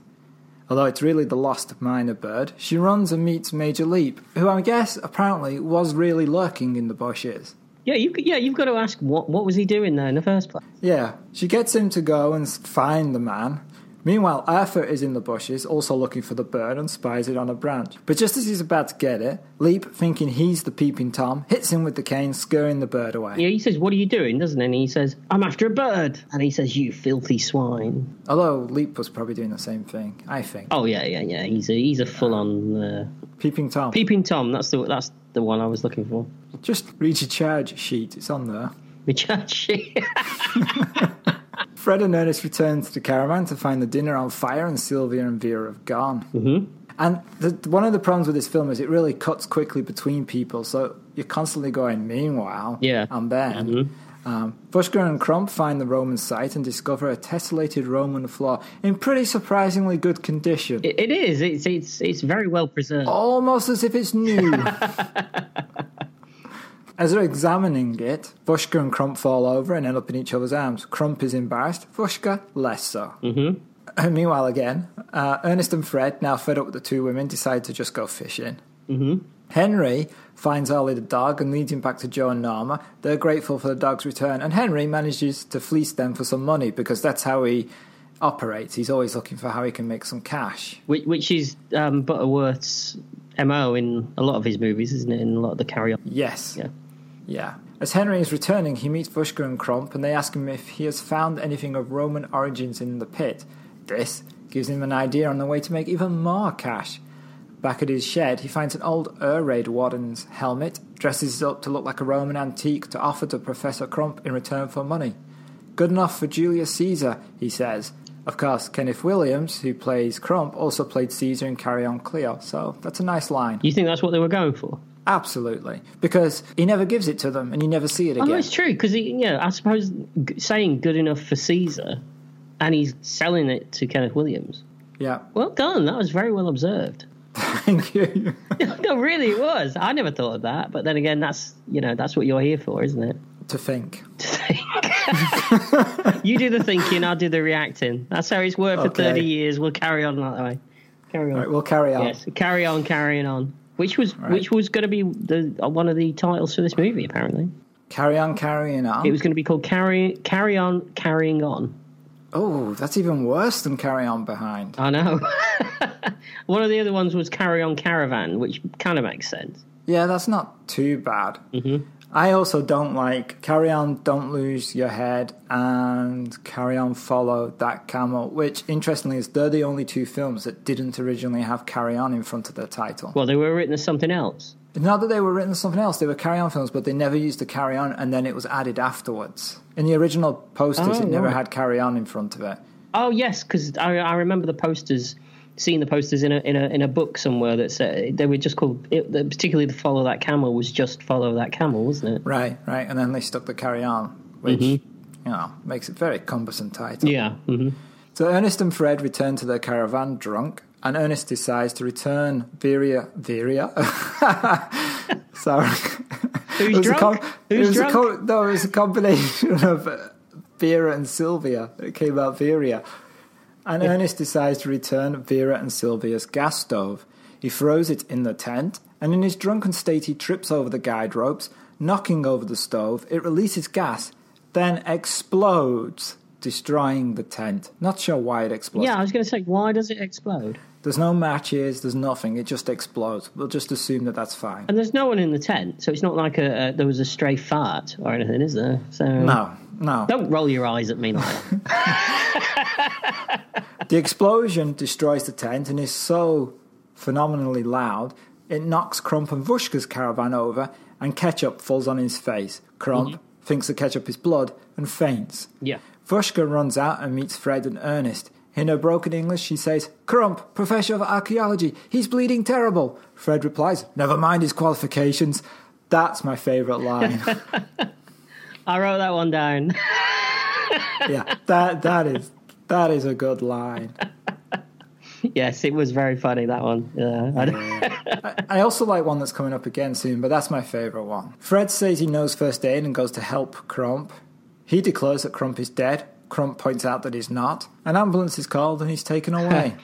Speaker 2: although it's really the lost minor bird, she runs and meets Major Leap, who I guess apparently was really lurking in the bushes.
Speaker 3: Yeah, you yeah you've got to ask what what was he doing there in the first place?
Speaker 2: Yeah, she gets him to go and s- find the man. Meanwhile, Arthur is in the bushes, also looking for the bird, and spies it on a branch. But just as he's about to get it, Leap, thinking he's the peeping Tom, hits him with the cane, scaring the bird away.
Speaker 3: Yeah, he says, "What are you doing?" Doesn't he? And he says, "I'm after a bird," and he says, "You filthy swine."
Speaker 2: Although Leap was probably doing the same thing, I think.
Speaker 3: Oh yeah, yeah, yeah. He's a he's a full on uh,
Speaker 2: Peeping Tom.
Speaker 3: peeping Tom. That's the that's the one I was looking for.
Speaker 2: Just read your charge sheet, it's on there.
Speaker 3: Michachi.
Speaker 2: Fred and Ernest return to the caravan to find the dinner on fire and Sylvia and Vera have gone. Mm-hmm. And the, one of the problems with this film is it really cuts quickly between people, so you're constantly going, meanwhile,
Speaker 3: Yeah.
Speaker 2: and then. Um, Bushker and Crump find the Roman site and discover a tessellated Roman floor in pretty surprisingly good condition.
Speaker 3: It, it is. It's it's it's very well preserved.
Speaker 2: almost as if it's new. as they're examining it, Vushka and Crump fall over and end up in each other's arms. Crump is embarrassed, Vushka less so. Mm-hmm. Meanwhile, again, uh, Ernest and Fred, now fed up with the two women, decide to just go fishing. Henry finds Ollie the dog and leads him back to Joe and Norma. They're grateful for the dog's return, and Henry manages to fleece them for some money because that's how he operates. He's always looking for how he can make some cash.
Speaker 3: which, which is um, Butterworth's mo in a lot of his movies, isn't it? In a lot of the carry on.
Speaker 2: Yes.
Speaker 3: Yeah.
Speaker 2: Yeah. As Henry is returning, he meets Vushka and Crump, and they ask him if he has found anything of Roman origins in the pit. This gives him an idea on the way to make even more cash. Back at his shed, he finds an old air raid warden's helmet, dresses it up to look like a Roman antique to offer to Professor Crump in return for money. Good enough for Julius Caesar, he says. Of course, Kenneth Williams, who plays Crump, also played Caesar in Carry On Cleo, so that's a nice line.
Speaker 3: You think that's what they were going for?
Speaker 2: Absolutely, because he never gives it to them, and you never see it
Speaker 3: Oh,
Speaker 2: again.
Speaker 3: it's true because yeah, I suppose g- saying good enough for Caesar, and he's selling it to Kenneth Williams.
Speaker 2: yeah,
Speaker 3: Well done. That was very well observed.
Speaker 2: thank you.
Speaker 3: no, really, it was. I never thought of that. But then again, that's you know that's what you're here for, isn't it?
Speaker 2: to think,
Speaker 3: To think. you do the thinking, I'll do the reacting. That's how it's worked for
Speaker 2: Okay.
Speaker 3: thirty years. We'll carry on that way. Carry on.
Speaker 2: right, we'll carry on.
Speaker 3: Yes, carry on, carrying on. Which was which was going to be the uh, one of the titles for this movie. Apparently,
Speaker 2: Carry on, carrying on.
Speaker 3: it was going to be called Carry Carry On, Carrying On.
Speaker 2: oh, that's even worse than carry on behind.
Speaker 3: I know. one of the other ones was Carry On Caravan, which kind of makes sense.
Speaker 2: Yeah, that's not too bad. Mm-hmm. I also don't like carry on, don't lose your head, and carry on, follow that camel. Which, interestingly, is they're the only two films that didn't originally have carry on in front of their title.
Speaker 3: Well, they were written as something else.
Speaker 2: Not that they were written as something else, they were carry on films, but they never used the carry on and then it was added afterwards. In the original posters,
Speaker 3: Oh,
Speaker 2: it never
Speaker 3: right.
Speaker 2: had carry on in front of it.
Speaker 3: Oh yes, because I, I remember the posters, seeing the posters in a in a in a book somewhere that said they were just called. It, the- particularly the Follow That Camel was just Follow That Camel, wasn't it?
Speaker 2: Right, right. And then they stuck the carry on, which, you know, makes it very cumbersome title.
Speaker 3: Mm-hmm. Yeah. hmm
Speaker 2: So Ernest and Fred return to their caravan drunk, and Ernest decides to return Viria. Viria? Sorry.
Speaker 3: Who's
Speaker 2: It was a
Speaker 3: drunk?
Speaker 2: it
Speaker 3: Who's
Speaker 2: was a
Speaker 3: drunk?
Speaker 2: no, it was a combination of uh, Vera and Sylvia. It came out Viria. And
Speaker 3: Oh.
Speaker 2: Ernest decides to return Vera and Sylvia's gas stove. He throws it in the tent, and in his drunken state, he trips over the guide ropes, knocking over the stove. It releases gas, then explodes, destroying the tent. Not sure why it explodes.
Speaker 3: Yeah, I was going to say, why does it explode?
Speaker 2: There's no matches, there's nothing, it just explodes. We'll just assume that that's fine.
Speaker 3: And there's no one in the tent, so it's not like a, a there was a stray fart or anything, is there? So
Speaker 2: No, no.
Speaker 3: Don't roll your eyes at me like that.
Speaker 2: The explosion destroys the tent and is so phenomenally loud, it knocks Crump and Vushka's caravan over, and ketchup falls on his face. Crump thinks the ketchup is blood and faints.
Speaker 3: yeah.
Speaker 2: Vushka runs out and meets Fred and Ernest. In her broken English, she says, Crump, professor of archaeology, he's bleeding terrible. Fred replies, Never mind his qualifications. That's my favourite line.
Speaker 3: I wrote that one down.
Speaker 2: yeah, that that is that is a good line.
Speaker 3: yes, it was very funny that one. Yeah, I don't-
Speaker 2: I also like one that's coming up again soon, but that's my favourite one. Fred says he knows first aid and goes to help Crump. He declares that Crump is dead. Crump points out that he's not. An ambulance is called and he's taken away.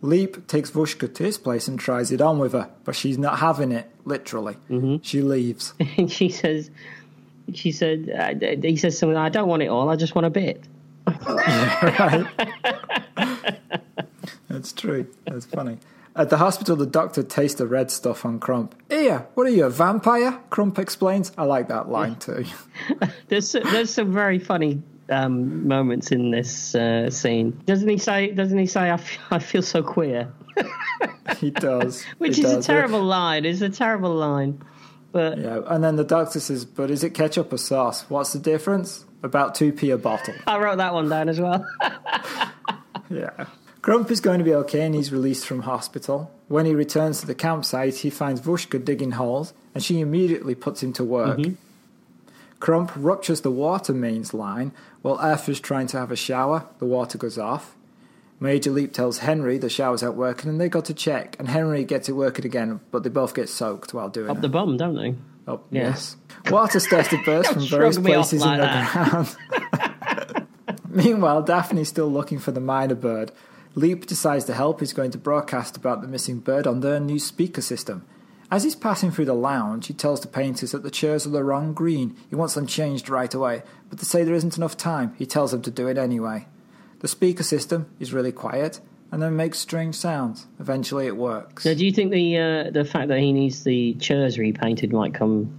Speaker 2: Leap takes Vushka to his place and tries it on with her, but she's not having it, literally.
Speaker 3: Mm-hmm.
Speaker 2: She leaves.
Speaker 3: and she says, she said, uh, he says something. I don't want it all. I just want a bit.
Speaker 2: That's true. That's funny. At the hospital, the doctor tastes the red stuff on Crump. Here, what are you, a vampire? Crump explains. I like that line too.
Speaker 3: There's so- there's some very funny um, moments in this uh, scene. Doesn't he say? Doesn't he say? I feel, I feel so queer,
Speaker 2: he does.
Speaker 3: which
Speaker 2: He
Speaker 3: is
Speaker 2: does.
Speaker 3: a terrible line. It's a terrible line. But
Speaker 2: Yeah, and then the doctor says, "But is it ketchup or sauce? What's the difference?" About two p a bottle.
Speaker 3: I wrote that one down as well.
Speaker 2: Yeah. Grump is going to be okay, and he's released from hospital. When he returns to the campsite, he finds Vushka digging holes, and she immediately puts him to work. Crump ruptures the water mains line while F is trying to have a shower. The water goes off. Major Leap tells Henry the shower's out working, and they go to check. And Henry gets it working again, but they both get soaked while doing it.
Speaker 3: Up the bum, don't they?
Speaker 2: Oh,
Speaker 3: Yeah.
Speaker 2: yes. Water starts to burst from
Speaker 3: Shrug
Speaker 2: various
Speaker 3: me off
Speaker 2: places in
Speaker 3: like
Speaker 2: the
Speaker 3: that.
Speaker 2: ground. Meanwhile, Daphne's still looking for the minor bird. Leap decides to help. He's going to broadcast about the missing bird on their new speaker system. As he's passing through the lounge, he tells the painters that the chairs are the wrong green. He wants them changed right away, but they say there isn't enough time. He tells them to do it anyway. The speaker system is really quiet and then makes strange sounds. Eventually, it works.
Speaker 3: Now, do you think the uh, the fact that he needs the chairs repainted might come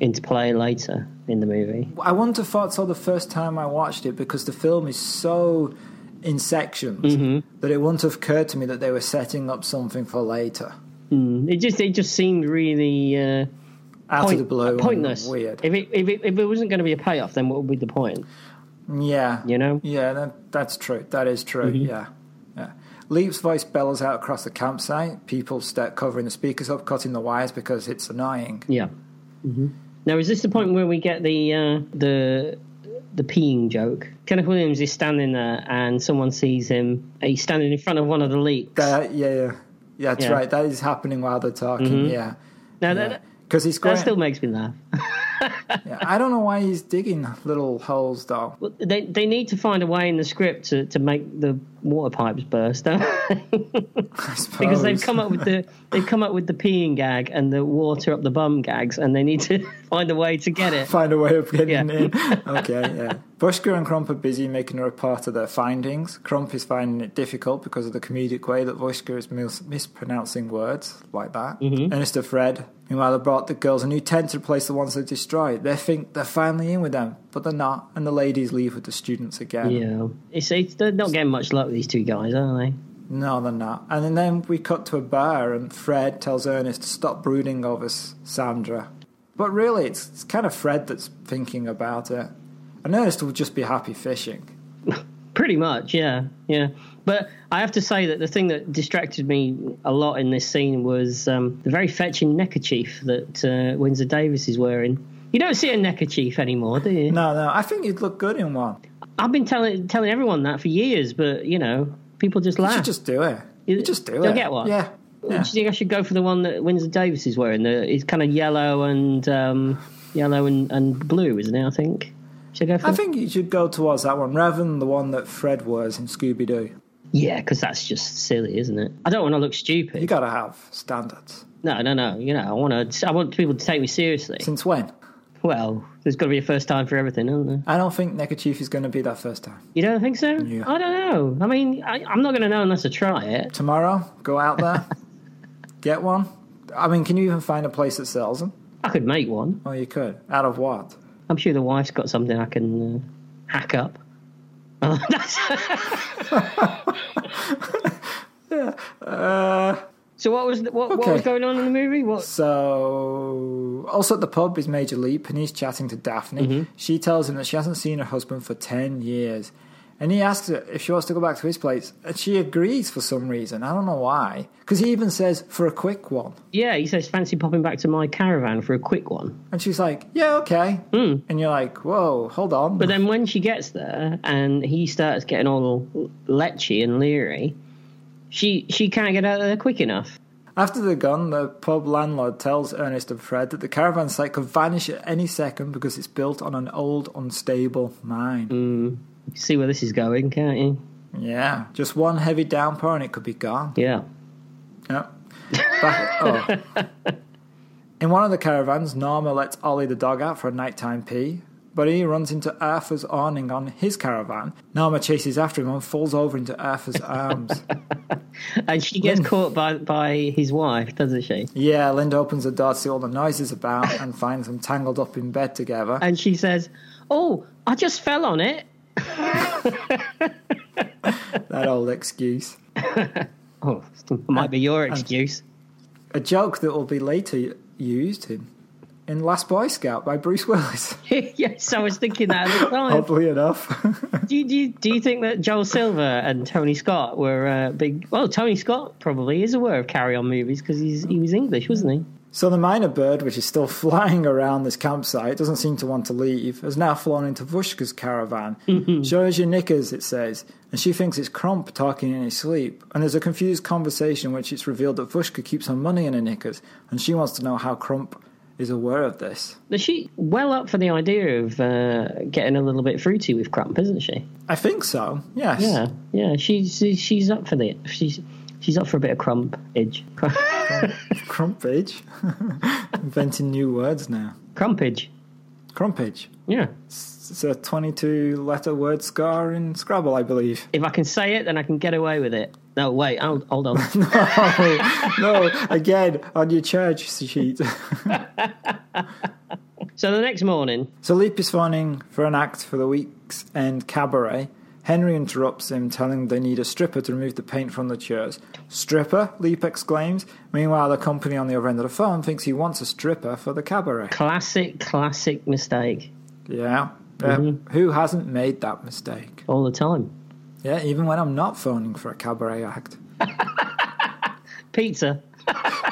Speaker 3: into play later in the movie?
Speaker 2: I wouldn't have thought so the first time I watched it because the film is so in sections
Speaker 3: Mm-hmm.
Speaker 2: that it wouldn't have occurred to me that they were setting up something for later.
Speaker 3: Mm, It just it just seemed really uh,
Speaker 2: Out
Speaker 3: point-
Speaker 2: of the blue, and
Speaker 3: pointless.
Speaker 2: weird.
Speaker 3: If it if it, if it wasn't going to be a payoff, then what would be the point?
Speaker 2: yeah,
Speaker 3: You know? Mm-hmm.
Speaker 2: Yeah, that, that's true. That is true. Yeah, yeah. Leap's voice bellows out across the campsite. People start covering the speakers up, cutting the wires because it's annoying.
Speaker 3: Yeah. Mm-hmm. Now, is this the point where we get the uh, the the peeing joke? Kenneth Williams is standing there, and someone sees him. He's standing in front of one of the leaks.
Speaker 2: That, yeah, yeah, yeah. That's
Speaker 3: Yeah.
Speaker 2: right. That is happening while they're talking. Yeah,
Speaker 3: now,
Speaker 2: yeah.
Speaker 3: that,
Speaker 2: Because he's
Speaker 3: that
Speaker 2: going.
Speaker 3: still makes me laugh.
Speaker 2: yeah, I don't know why he's digging little holes though.
Speaker 3: Well, they they need to find a way in the script to, to make the water pipes burst, don't they?
Speaker 2: I suppose.
Speaker 3: because they've come up with the they've come up with the peeing gag and the water up the bum gags, and they need to find a way to get it.
Speaker 2: find a way of getting
Speaker 3: Yeah.
Speaker 2: in. Okay, yeah. Bushka and Crump are busy making a report of their findings. Crump is finding it difficult because of the comedic way that Bushka is mis- mispronouncing words like that.
Speaker 3: Mm-hmm.
Speaker 2: Ernest and Fred, meanwhile, they brought the girls a new tent to replace the ones they destroyed. They think they're finally in with them, but they're not, and the ladies leave with the students again.
Speaker 3: Yeah, it's, it's they're not getting much luck with these two guys, are they?
Speaker 2: No, they're not. And then we cut to a bar, and Fred tells Ernest to stop brooding over S- Sandra. But really, it's, it's kind of Fred that's thinking about it. And Ernest will just be happy fishing.
Speaker 3: Pretty much, yeah, yeah. But I have to say that the thing that distracted me a lot in this scene was um, the very fetching neckerchief that uh, Windsor Davis is wearing. You don't see a neckerchief anymore, do you?
Speaker 2: No, no, I think you'd look good in one.
Speaker 3: I've been telling telling everyone that for years, but you know, people just
Speaker 2: You
Speaker 3: laugh.
Speaker 2: should just do it.
Speaker 3: You-
Speaker 2: You just do
Speaker 3: you'll
Speaker 2: it.
Speaker 3: get one.
Speaker 2: Yeah.
Speaker 3: Do you
Speaker 2: yeah.
Speaker 3: think I should go for the one that Windsor Davis is wearing? The, it's kind of yellow and um, yellow and, and blue, isn't it? I think. Should I go for?
Speaker 2: I
Speaker 3: that?
Speaker 2: think you should go towards that one rather than the one that Fred wears in Scooby Doo.
Speaker 3: Yeah, because that's just silly, isn't it? I don't want to look stupid.
Speaker 2: You gotta have standards.
Speaker 3: No, no, no. You know, I want to. I want people to take me seriously.
Speaker 2: Since when?
Speaker 3: Well, there's got to be a first time for everything, isn't there?
Speaker 2: I don't think Neckerchief is gonna be that first time.
Speaker 3: You don't think so?
Speaker 2: Yeah.
Speaker 3: I don't know. I mean, I, I'm not going to know unless I try it.
Speaker 2: Tomorrow, go out there, get one. I mean, can you even find a place that sells them?
Speaker 3: I could make one.
Speaker 2: Oh, you could. Out of what?
Speaker 3: I'm sure the wife's got something I can uh, hack up. Oh, that's- so what was the, what, what
Speaker 2: Okay.
Speaker 3: was going on in the movie? What?
Speaker 2: So, also at the pub is Major Leap, and he's chatting to Daphne. She tells him that she hasn't seen her husband for 10 years. And he asks her if she wants to go back to his place, and she agrees for some reason. I don't know why. Because he even says, for a quick one.
Speaker 3: Yeah, he says, fancy popping back to my caravan for a quick one.
Speaker 2: And she's like, yeah, okay. And you're like, whoa, hold on.
Speaker 3: But then when she gets there and he starts getting all lechy and leery, she, she can't get out of there quick enough.
Speaker 2: After the gun, the pub landlord tells Ernest and Fred that the caravan site could vanish at any second because it's built on an old, unstable mine.
Speaker 3: You can see where this is going, can't you?
Speaker 2: Yeah, just one heavy downpour and it could be gone.
Speaker 3: Yeah.
Speaker 2: Yeah. Back- oh. In one of the caravans, Norma lets Ollie the dog out for a nighttime pee, but he runs into Arthur's awning on his caravan. Norma chases after him and falls over into Arthur's arms.
Speaker 3: And she gets
Speaker 2: Lynn.
Speaker 3: caught by, by his wife, doesn't she?
Speaker 2: Yeah, Linda opens the door to see all the noises about and finds them tangled up in bed together.
Speaker 3: And she says, Oh, I just fell on it.
Speaker 2: That old excuse.
Speaker 3: Oh, might be your excuse.
Speaker 2: A joke that will be later used in, in Last Boy Scout by Bruce Willis,
Speaker 3: yes, I was thinking that at the time.
Speaker 2: oddly enough.
Speaker 3: Do you, do, you, do you think that Joel Silver and Tony Scott were uh, big? Well, Tony Scott probably is aware of Carry On movies because he was English, wasn't he?
Speaker 2: So the minor bird, which is still flying around this campsite, doesn't seem to want to leave, has now flown into Vushka's caravan. Show us your knickers, it says, and she thinks it's Crump talking in his sleep. And there's a confused conversation in which it's revealed that Vushka keeps her money in her knickers, and she wants to know how Crump is aware of this.
Speaker 3: But she well up for the idea of uh, getting a little bit fruity with Crump, isn't she?
Speaker 2: I think so, yes.
Speaker 3: Yeah, yeah. She, she she's up for the she's she's up for a bit of crumpage,
Speaker 2: Crumpage. Inventing new words now.
Speaker 3: crumpage.
Speaker 2: Crumpage.
Speaker 3: Yeah.
Speaker 2: It's a 22 letter word scar in Scrabble, I believe.
Speaker 3: If I can say it, then I can get away with it. No, wait. Hold, hold on.
Speaker 2: no, again, on your charge sheet.
Speaker 3: so the next morning,
Speaker 2: So Leap is phoning for an act for the week's end cabaret. Henry interrupts him, telling they need a stripper to remove the paint from the chairs. Stripper? Leap exclaims. Meanwhile, the company on the other end of the phone thinks he wants a stripper for the cabaret.
Speaker 3: classic, classic mistake
Speaker 2: Yeah. Uh, Who hasn't made that mistake?
Speaker 3: all the time.
Speaker 2: Yeah, even when I'm not phoning for a cabaret act.
Speaker 3: Pizza.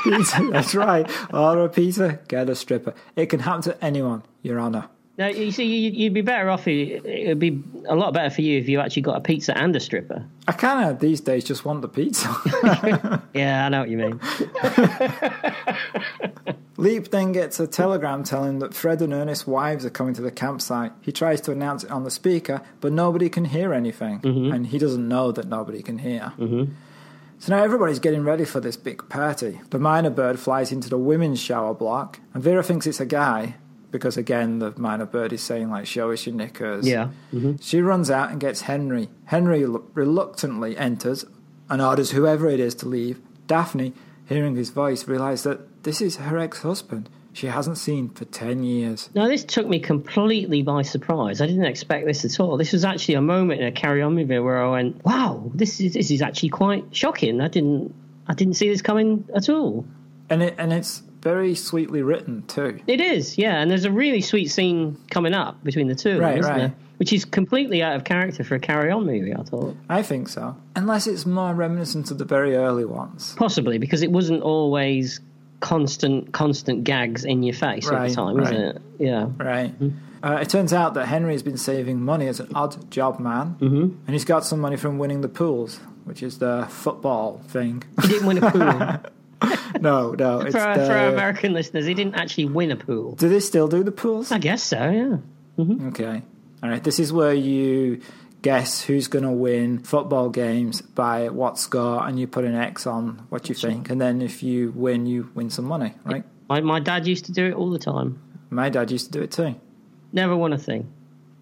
Speaker 2: Pizza, that's right. Order a pizza, get a stripper. It can happen to anyone, Your Honour.
Speaker 3: Now you see, you- you'd be better off. It would be a lot better for you if you actually got a pizza and a stripper.
Speaker 2: I kind of these days just want the pizza.
Speaker 3: Yeah, I know what you mean.
Speaker 2: Leap then gets a telegram telling that Fred and Ernest's wives are coming to the campsite. He tries to announce it on the speaker, but nobody can hear anything, and he doesn't know that nobody can hear. So now everybody's getting ready for this big party. The minor bird flies into the women's shower block, and Vera thinks it's a guy because, again, the minor bird is saying, like, show us your knickers.
Speaker 3: Yeah.
Speaker 2: She runs out and gets Henry. Henry l- reluctantly enters and orders whoever it is to leave. Daphne, hearing his voice, realizes that this is her ex husband she hasn't seen for 10 years.
Speaker 3: Now this took me completely by surprise. I didn't expect this at all. This was actually a moment in a Carry On movie where I went, "Wow, this is this is actually quite shocking." I didn't I didn't see this coming at all.
Speaker 2: And, it, and it's very sweetly written, too.
Speaker 3: It is, yeah. And there's a really sweet scene coming up between the two of them,
Speaker 2: Right,
Speaker 3: isn't
Speaker 2: right.
Speaker 3: there? Which is completely out of character for a Carry On movie. I thought.
Speaker 2: I think so. Unless it's more reminiscent of the very early ones.
Speaker 3: Possibly because it wasn't always constant, constant gags in your face all
Speaker 2: Right,
Speaker 3: the time, isn't
Speaker 2: right.
Speaker 3: it? Yeah.
Speaker 2: Right.
Speaker 3: Mm-hmm.
Speaker 2: Uh, it turns out that Henry has been saving money as an odd job man,
Speaker 3: Mm-hmm.
Speaker 2: and he's got some money from winning the pools, which is the football thing.
Speaker 3: He didn't win a pool.
Speaker 2: no, no. It's uh,
Speaker 3: for, our,
Speaker 2: the,
Speaker 3: for our American listeners, he didn't actually win a pool.
Speaker 2: do they still do the pools?
Speaker 3: I guess so, yeah.
Speaker 2: Okay. All right. This is where you guess who's going to win football games by what score, and you put an X on what you think. And then if you win, you win some money, right?
Speaker 3: My, my dad used to do it all the time.
Speaker 2: My dad used to do it too.
Speaker 3: Never won a thing.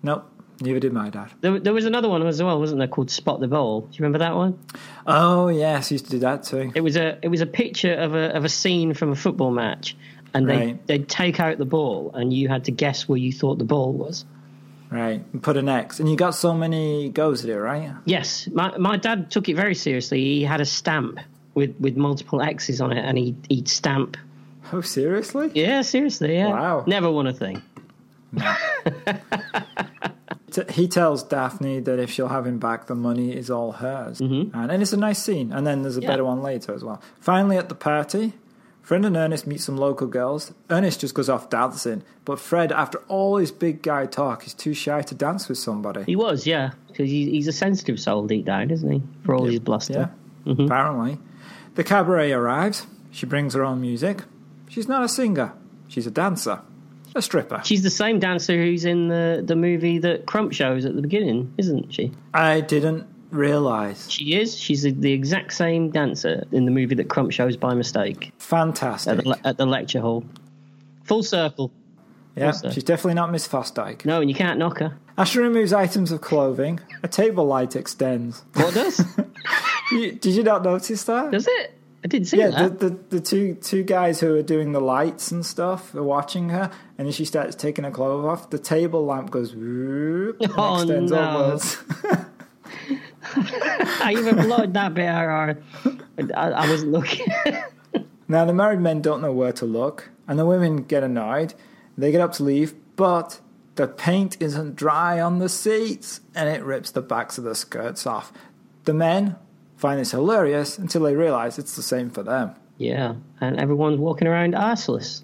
Speaker 2: Nope. Neither did my dad.
Speaker 3: There, there was another one as well, wasn't there, called Spot the Ball? Do you remember that one?
Speaker 2: Oh, yes. Used to do that too.
Speaker 3: It was a it was a picture of a of a scene from a football match, and they
Speaker 2: Right.
Speaker 3: they'd take out the ball, and you had to guess where you thought the ball was.
Speaker 2: Right. And put an X. And you got so many goes at it, right?
Speaker 3: Yes, my my dad took it very seriously. He had a stamp with with multiple X's on it, and he he'd stamp.
Speaker 2: Oh, seriously?
Speaker 3: Yeah, seriously, yeah.
Speaker 2: Wow.
Speaker 3: Never won a thing.
Speaker 2: T- he tells Daphne that if she'll have him back, the money is all hers. And, and it's a nice scene. And then there's a
Speaker 3: Mm-hmm. Yeah.
Speaker 2: better one later as well. Finally, at the party, Fred and Ernest meet some local girls. Ernest just goes off dancing. But Fred, after all his big guy talk, is too shy to dance with somebody.
Speaker 3: He was, yeah, because he's, he's a sensitive soul deep down, isn't he? For all his bluster.
Speaker 2: Yeah,
Speaker 3: Mm-hmm.
Speaker 2: apparently. The cabaret arrives. She brings her own music. She's not a singer, she's a dancer, a stripper.
Speaker 3: She's the same dancer who's in the, the movie that Crump shows at the beginning, isn't she?
Speaker 2: I didn't realize.
Speaker 3: She is. She's the, the exact same dancer in the movie that Crump shows by mistake at
Speaker 2: Fantastic.
Speaker 3: the, le- at the lecture hall. Full circle.
Speaker 2: Yeah,
Speaker 3: also.
Speaker 2: she's definitely not Miss Fosdyke.
Speaker 3: No, and you can't knock her.
Speaker 2: As she removes items of clothing, a table light extends.
Speaker 3: What does?
Speaker 2: You, did you not notice that?
Speaker 3: does it? I didn't see
Speaker 2: yeah,
Speaker 3: that.
Speaker 2: the, the the two two guys who are doing the lights and stuff are watching her, and as she starts taking her clothes off, the table lamp goes whoop and
Speaker 3: Oh,
Speaker 2: extends
Speaker 3: no.
Speaker 2: upwards.
Speaker 3: I even blurred that bit out. or- I, I wasn't looking.
Speaker 2: Now, the married men don't know where to look, and the women get annoyed. They get up to leave, but the paint isn't dry on the seats, and it rips the backs of the skirts off. The men find this hilarious until they realize it's the same for them,
Speaker 3: yeah, and everyone's walking around arseless.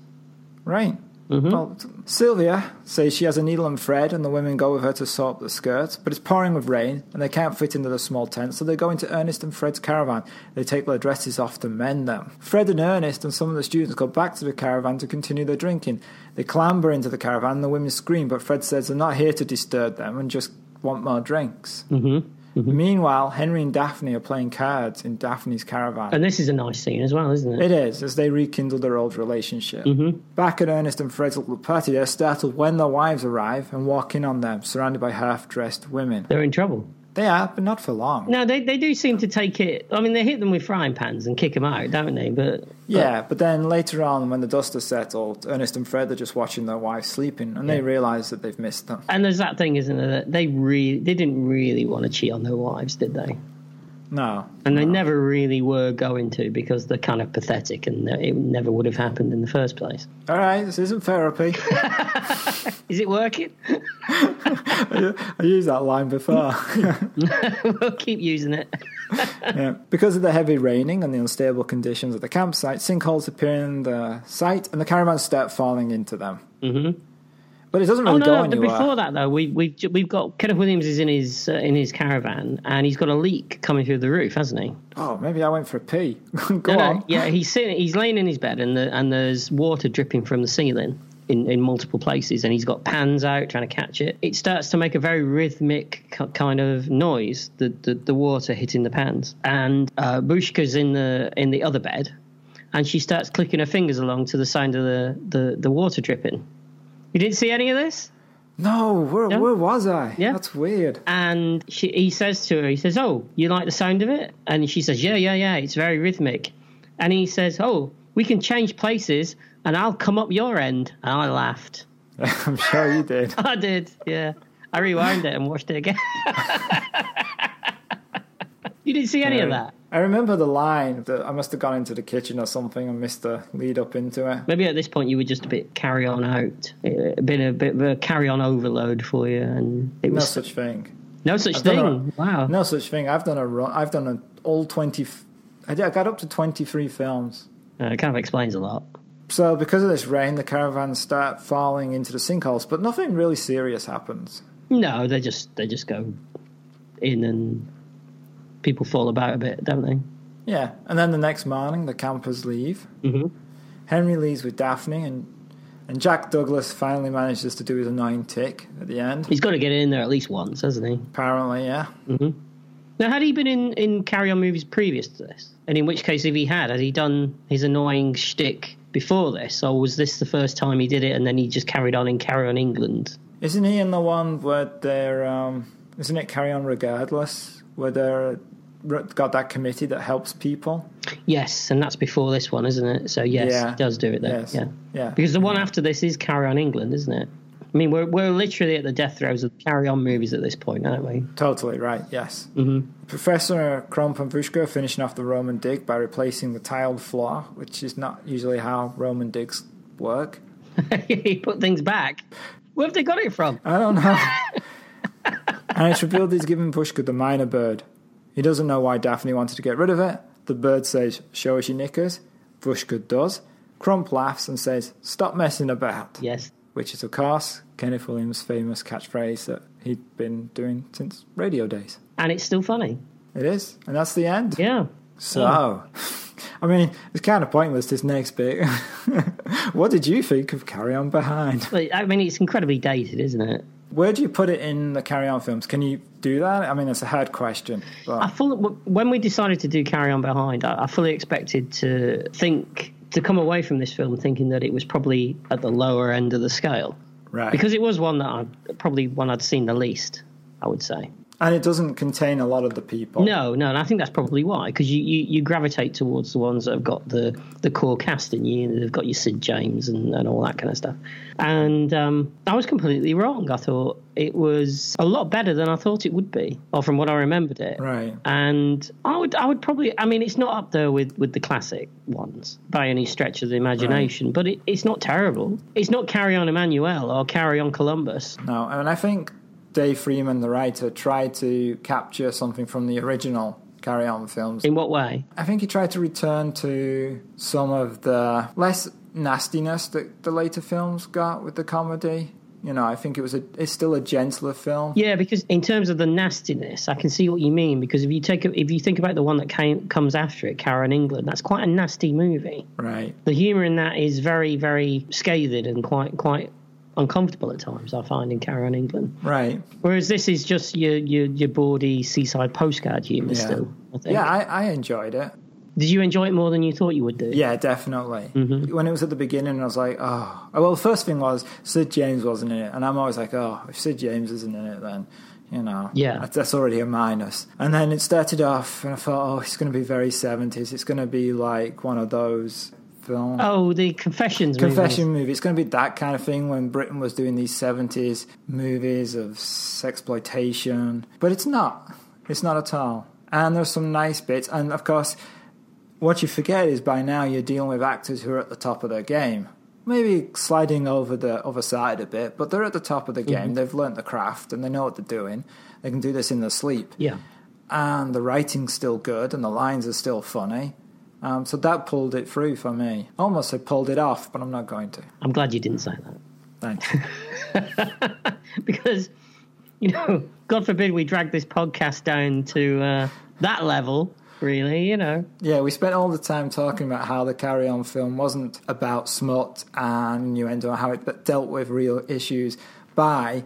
Speaker 2: right? Well, Sylvia says she has a needle and thread, and the women go with her to sort the skirts, but it's pouring with rain, and they can't fit into the small tent, so they go into Ernest and Fred's caravan. They take their dresses off to mend them. Fred and Ernest and some of the students go back to the caravan to continue their drinking. They clamber into the caravan, and the women scream, but Fred says they're not here to disturb them and just want more drinks. Mm-hmm. Meanwhile, Henry and Daphne are playing cards in Daphne's caravan.
Speaker 3: And this is a nice scene as well, isn't
Speaker 2: It
Speaker 3: it?
Speaker 2: is, as they rekindle their old relationship.
Speaker 3: Mm-hmm.
Speaker 2: Back at Ernest and Fred's little party, they're startled when their wives arrive and walk in on them, surrounded by half dressed women.
Speaker 3: They're in trouble.
Speaker 2: They are, but not for long.
Speaker 3: No, they, they do seem to take it. I mean, they hit them with frying pans and kick them out, don't they? But
Speaker 2: yeah, but then later on, when the dust has settled, Ernest and Fred are just watching their wives sleeping and they realize that they've missed them.
Speaker 3: and there's that thing, isn't there? That they really they didn't really want to cheat on their wives, did they?
Speaker 2: No.
Speaker 3: And they never really were going to because they're kind of pathetic, and it never would have happened in the first place.
Speaker 2: All right, this isn't therapy.
Speaker 3: Is it working?
Speaker 2: I used that line before.
Speaker 3: we'll keep using it.
Speaker 2: Yeah. Because of the heavy raining and the unstable conditions at the campsite, sinkholes appear in the site and the caravans start falling into them. Mm-hmm. But it doesn't really
Speaker 3: Oh no,
Speaker 2: go
Speaker 3: no! But
Speaker 2: anywhere.
Speaker 3: before that, though, we, we've ju- we've got Kenneth Williams is in his uh, in his caravan, and he's got a leak coming through the roof, hasn't he?
Speaker 2: Oh, maybe I went for a pee. go
Speaker 3: No, no,
Speaker 2: on.
Speaker 3: yeah, he's sitting, he's laying in his bed, and the, and there's water dripping from the ceiling in, in multiple places, and he's got pans out trying to catch it. It starts to make a very rhythmic ki- kind of noise, the the, the water hitting the pans, and uh, Bushka's in the in the other bed, and she starts clicking her fingers along to the sound of the the, the water dripping. You didn't see any of this?
Speaker 2: No, where, where was I?
Speaker 3: Yeah.
Speaker 2: That's weird.
Speaker 3: and she, he says to her, he says, "Oh, you like the sound of it?" And she says, "Yeah, yeah, yeah, it's very rhythmic." And he says, "Oh, we can change places, and I'll come up your end." And I laughed.
Speaker 2: I'm sure you did.
Speaker 3: I did, yeah. I rewound it and watched it again. you didn't see any of that.
Speaker 2: I remember the line that I must have gone into the kitchen or something and missed the lead up into it.
Speaker 3: Maybe at this point you were just a bit carry on out, it been a bit of a carry on overload for you, and it
Speaker 2: No
Speaker 3: was
Speaker 2: such thing.
Speaker 3: no such
Speaker 2: done
Speaker 3: thing. Wow.
Speaker 2: No such thing. I've done a run. I've done an all 20. f- I did- I got up to 23 films.
Speaker 3: Uh, it kind of explains a lot.
Speaker 2: So because of this rain, the caravans start falling into the sinkholes, but nothing really serious happens.
Speaker 3: No, they just they just go in and people fall about a bit, don't they?
Speaker 2: Yeah, and then the next morning, the campers leave. Mm-hmm. Henry leaves with Daphne, and and Jack Douglas finally manages to do his annoying tick at the end.
Speaker 3: He's got to get in there at least once, hasn't he?
Speaker 2: Apparently, yeah.
Speaker 3: Now, had he been in in Carry On movies previous to this, and in which case, if he had, had he done his annoying shtick before this, or was this the first time he did it, and then he just carried on in Carry On England?
Speaker 2: Isn't he in the one where they're? Um, isn't it Carry On Regardless? Where they're r- got that committee that helps people.
Speaker 3: Yes, and that's before this one, isn't it? So yes,
Speaker 2: Yeah.
Speaker 3: he does do it there.
Speaker 2: Yes.
Speaker 3: Yeah,
Speaker 2: Yeah.
Speaker 3: because the one after this is Carry On England, isn't it? I mean, we're we're literally at the death throes of Carry On movies at this point, aren't we?
Speaker 2: Totally right. Yes. Mm-hmm. Professor Crump and Vushko are finishing off the Roman dig by replacing the tiled floor, which is not usually how Roman digs work.
Speaker 3: he put things back. Where have they got it from?
Speaker 2: I don't know. and it's revealed he's given Pushka the minor bird. He doesn't know why Daphne wanted to get rid of it. The bird says, Show us your knickers. Pushka does. Crump laughs and says, Stop messing about.
Speaker 3: Yes.
Speaker 2: Which is, of course, Kenneth Williams' famous catchphrase that he'd been doing since radio days.
Speaker 3: And it's still funny.
Speaker 2: It is. And that's the end.
Speaker 3: Yeah.
Speaker 2: So, I mean, it's kind of pointless, this next bit. what did you think of Carry On Behind?
Speaker 3: But, I mean, it's incredibly dated, isn't it?
Speaker 2: Where do you put it in the Carry On films? Can you do that? I mean, it's a hard question. But...
Speaker 3: I fully, w- when we decided to do Carry On Behind, I, I fully expected to think, to come away from this film thinking that it was probably at the lower end of the scale.
Speaker 2: Right.
Speaker 3: Because it was one that I, probably one I'd seen the least, I would say.
Speaker 2: and it doesn't contain a lot of the people.
Speaker 3: No, no, and I think that's probably why, because you, you, you gravitate towards the ones that have got the, the core cast in you, they've got your Sid James and, and all that kind of stuff. And um, I was completely wrong. I thought it was a lot better than I thought it would be, or from what I remembered it.
Speaker 2: Right.
Speaker 3: And I would I would probably I mean it's not up there with, with the classic ones by any stretch of the imagination, but it, it's not terrible. It's not Carry On Emmanuel or Carry On Columbus.
Speaker 2: No, I mean, I think Dave Freeman, the writer, tried to capture something from the original Carry On films.
Speaker 3: In what way?
Speaker 2: I think he tried to return to some of the less nastiness that the later films got with the comedy. You know, I think it was a, it's still a gentler film.
Speaker 3: Yeah, because in terms of the nastiness, I can see what you mean. Because if you take a, if you think about the one that came comes after it, Karen England, that's quite a nasty movie.
Speaker 2: Right.
Speaker 3: The humour in that is very very scathing and quite quite uncomfortable at times. I find in Karen England,
Speaker 2: Right.
Speaker 3: whereas this is just your your your bawdy seaside postcard humour
Speaker 2: Yeah.
Speaker 3: still. I think.
Speaker 2: Yeah, I, I enjoyed it.
Speaker 3: Did you enjoy it more than you thought you would do?
Speaker 2: Yeah, definitely. When it was at the beginning, I was like, oh. oh, Well, the first thing was Sid James wasn't in it. And I'm always like, oh, if Sid James isn't in it, then, you know,
Speaker 3: Yeah.
Speaker 2: that- that's already a minus. And then it started off, and I thought, oh, it's going to be very 70s. It's going to be like one of those films.
Speaker 3: Oh, the confessions. movies.
Speaker 2: Confession movie. It's going to be that kind of thing when Britain was doing these 70s movies of sexploitation. But it's not. It's not at all. And there's some nice bits. And of course, what you forget is by now you're dealing with actors who are at the top of their game. Maybe sliding over the other side a bit, but they're at the top of the game. They've learnt the craft and they know what they're doing. They can do this in their sleep
Speaker 3: Yeah.
Speaker 2: and the writing's still good and the lines are still funny. Um, so that pulled it through for me. Almost I pulled it off, but I'm not going to.
Speaker 3: I'm glad you didn't say that.
Speaker 2: Thanks.
Speaker 3: because you know god forbid we drag this podcast down to uh, that level really you know
Speaker 2: yeah, we spent all the time talking about how the Carry On film wasn't about smut and innuendo, how it but dealt with real issues by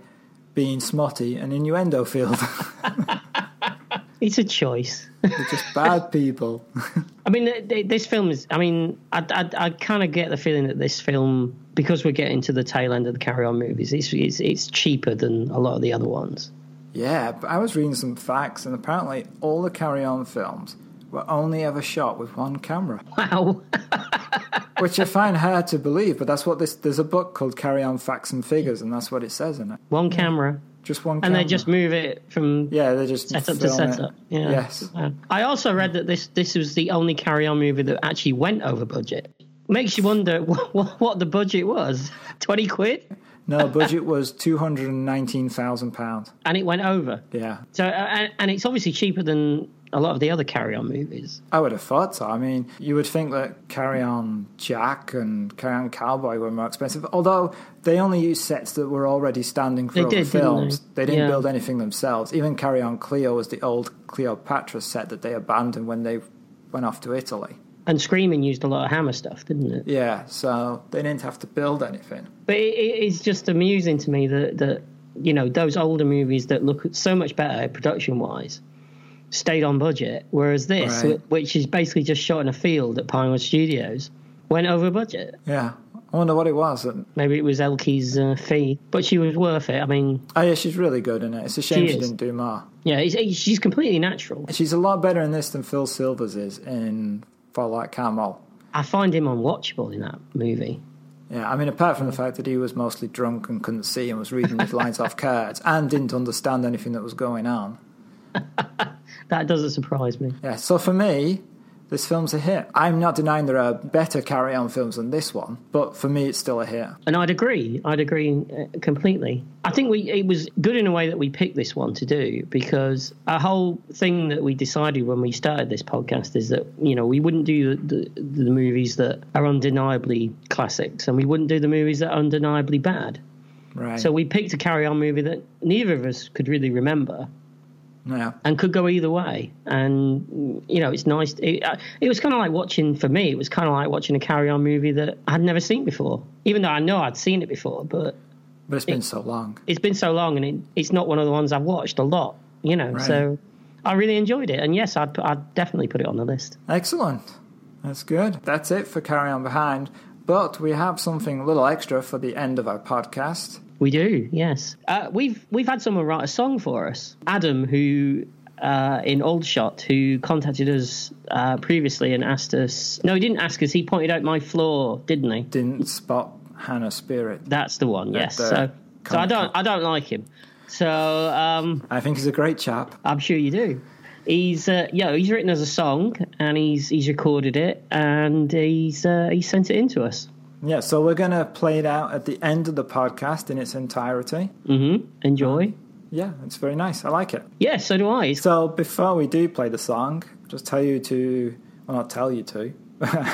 Speaker 2: being smutty and innuendo filled.
Speaker 3: it's a choice
Speaker 2: They're just bad people.
Speaker 3: i mean th- th- this film is i mean i, I, I kind of get the feeling that this film because we're getting to the tail end of the carry on movies it's, it's, it's cheaper than a lot of the other ones
Speaker 2: Yeah, but I was reading some facts, and apparently all the Carry On films were only ever shot with one camera.
Speaker 3: wow
Speaker 2: which I find hard to believe, but that's what this. There's a book called Carry On Facts and Figures, and that's what it says in it.
Speaker 3: one camera
Speaker 2: Just one.
Speaker 3: and
Speaker 2: camera.
Speaker 3: they just move it from
Speaker 2: yeah, they just
Speaker 3: setup to
Speaker 2: film it.
Speaker 3: setup yeah
Speaker 2: Yes,
Speaker 3: Yeah. i also read that this this was the only carry on movie that actually went over budget makes you wonder what, what, what the budget was 20 quid
Speaker 2: no budget was two hundred and nineteen thousand pounds.
Speaker 3: and it went over
Speaker 2: Yeah,
Speaker 3: so uh, and, and it's obviously cheaper than a lot of the other carry on movies
Speaker 2: I would have thought so. I mean, you would think that Carry On Jack and Carry On Cowboy were more expensive, although they only used sets that were already standing for
Speaker 3: They
Speaker 2: other
Speaker 3: did, didn't they?
Speaker 2: films. they? didn't
Speaker 3: Yeah.
Speaker 2: build anything themselves. Even Carry On Cleo was the old Cleopatra set that they abandoned when they went off to Italy.
Speaker 3: and screaming used a lot of hammer stuff didn't it
Speaker 2: Yeah, so they didn't have to build anything.
Speaker 3: but it, it, it's just amusing to me that that you know those older movies that look so much better production wise stayed on budget whereas this
Speaker 2: Right.
Speaker 3: wh- which is basically just shot in a field at pinewood studios went over budget
Speaker 2: Yeah. I wonder what it was.
Speaker 3: Maybe it was Elke's uh, fee, but she was worth it. I mean,
Speaker 2: Oh, yeah, she's really good in it. It's a shame
Speaker 3: She
Speaker 2: she,
Speaker 3: is.
Speaker 2: didn't do more.
Speaker 3: yeah, it's, it's- she's completely natural.
Speaker 2: She's a lot better in this than Phil Silvers is in Fallout Carmel.
Speaker 3: I find him unwatchable in that movie.
Speaker 2: Yeah, I mean, apart from the fact that he was mostly drunk and couldn't see and was reading his lines off cards and didn't understand anything that was going on.
Speaker 3: That doesn't surprise me.
Speaker 2: Yeah, so for me, this film's a hit. I'm not denying there are better Carry On films than this one, but for me, it's still a hit.
Speaker 3: And I'd agree. I'd agree uh, completely. I think we it was good in a way that we picked this one to do because our whole thing that we decided when we started this podcast is that you know we wouldn't do the, the, the movies that are undeniably classics, and we wouldn't do the movies that are undeniably bad.
Speaker 2: Right.
Speaker 3: So we picked a Carry On movie that neither of us could really remember,
Speaker 2: yeah.
Speaker 3: and could go either way. And you know, it's nice. It, uh, it was kind of like watching for me. It was kind of like watching a Carry On movie that I'd never seen before, even though I know I'd seen it before. But
Speaker 2: But it's been so long.
Speaker 3: it's been so long, and it, it's not one of the ones I've watched a lot. You know,
Speaker 2: Right.
Speaker 3: so I really enjoyed it. And yes, I'd pu- I'd definitely put it on the list.
Speaker 2: Excellent. That's good. That's it for Carry On Behind. But we have something a little extra for the end of our podcast.
Speaker 3: We do, yes. Uh, we've we've had someone write a song for us. Adam, who uh, in Oldshot, who contacted us uh, previously and asked us. No, he didn't ask us. He pointed out my flaw, didn't he?
Speaker 2: Didn't spot Hannah Spirit.
Speaker 3: That's the one. Yes.
Speaker 2: the
Speaker 3: so, so I
Speaker 2: comic
Speaker 3: don't I don't like him. So um,
Speaker 2: I think he's a great chap.
Speaker 3: I'm sure you do. He's uh, yeah, he's written us a song and he's he's recorded it and he's uh, he sent it in to us.
Speaker 2: Yeah, so we're going to play it out at the end of the podcast in its entirety.
Speaker 3: Enjoy.
Speaker 2: Yeah, it's very nice. I like it.
Speaker 3: Yeah, so do I. It's-
Speaker 2: So before we do play the song, just tell you to, well, not tell you to.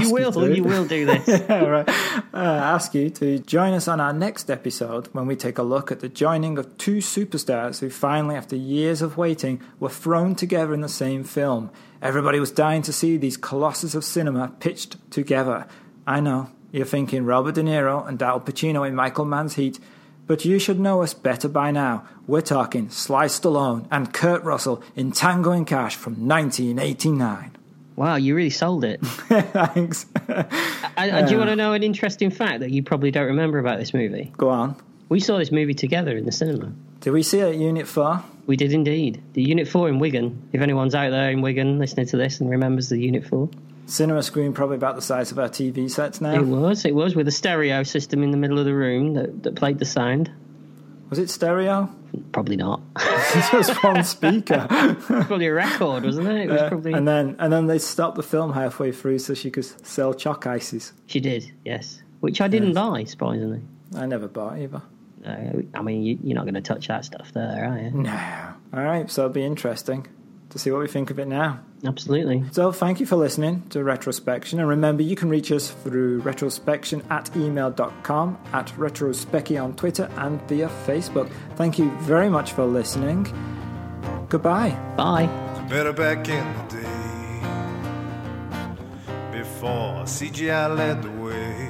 Speaker 3: you will you will do this.
Speaker 2: yeah, right. Uh, ask you to join us on our next episode when we take a look at the joining of two superstars who finally, after years of waiting, were thrown together in the same film. Everybody was dying to see these colossus of cinema pitched together. I know, you're thinking Robert De Niro and Al Pacino in Michael Mann's Heat, but you should know us better by now. We're talking Sly Stallone and Kurt Russell in Tango and Cash from 1989.
Speaker 3: Wow, you really sold it.
Speaker 2: Thanks.
Speaker 3: I, I- do you want to know an interesting fact that you probably don't remember about this movie?
Speaker 2: Go on.
Speaker 3: We saw this movie together in the cinema.
Speaker 2: Did we see it at Unit 4?
Speaker 3: We did indeed. The Unit 4 in Wigan. If anyone's out there in Wigan listening to this and remembers the Unit 4,
Speaker 2: cinema screen probably about the size of our TV sets now.
Speaker 3: it was. It was with a stereo system in the middle of the room that, that played the sound.
Speaker 2: Was it stereo?
Speaker 3: Probably not.
Speaker 2: This was one speaker.
Speaker 3: probably a record, wasn't it? It was probably.
Speaker 2: and then and then they stopped the film halfway through so she could sell chalk ices.
Speaker 3: she did, yes. Which I didn't buy, surprisingly.
Speaker 2: I never bought either.
Speaker 3: No, I mean, you, you're not going to touch that stuff there, are you?
Speaker 2: No. All right, so it'll be interesting to see what we think of it now.
Speaker 3: Absolutely.
Speaker 2: So thank you for listening to Retrospection. And remember, you can reach us through retrospection at email.com, at retrospeccy on Twitter, and via Facebook. Thank you very much for listening. Goodbye.
Speaker 3: Bye.
Speaker 4: Better back in the day before CGI led the way.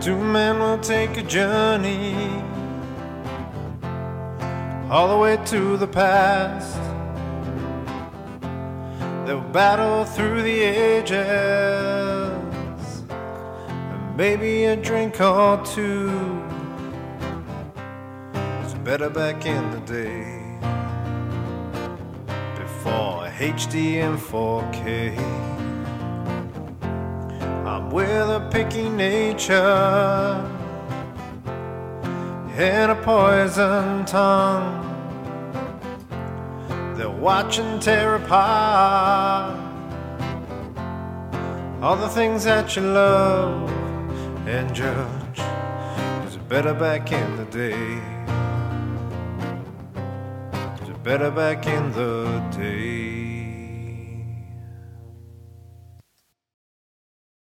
Speaker 4: Two men will take a journey all the way to the past. They'll battle through the ages and maybe a drink or two. It's better back in the day before HD and 4K. I'm with a picky nature and a poison tongue. They're watching tear apart all the things that you love and judge. It's better back in the day. It's better back in the day.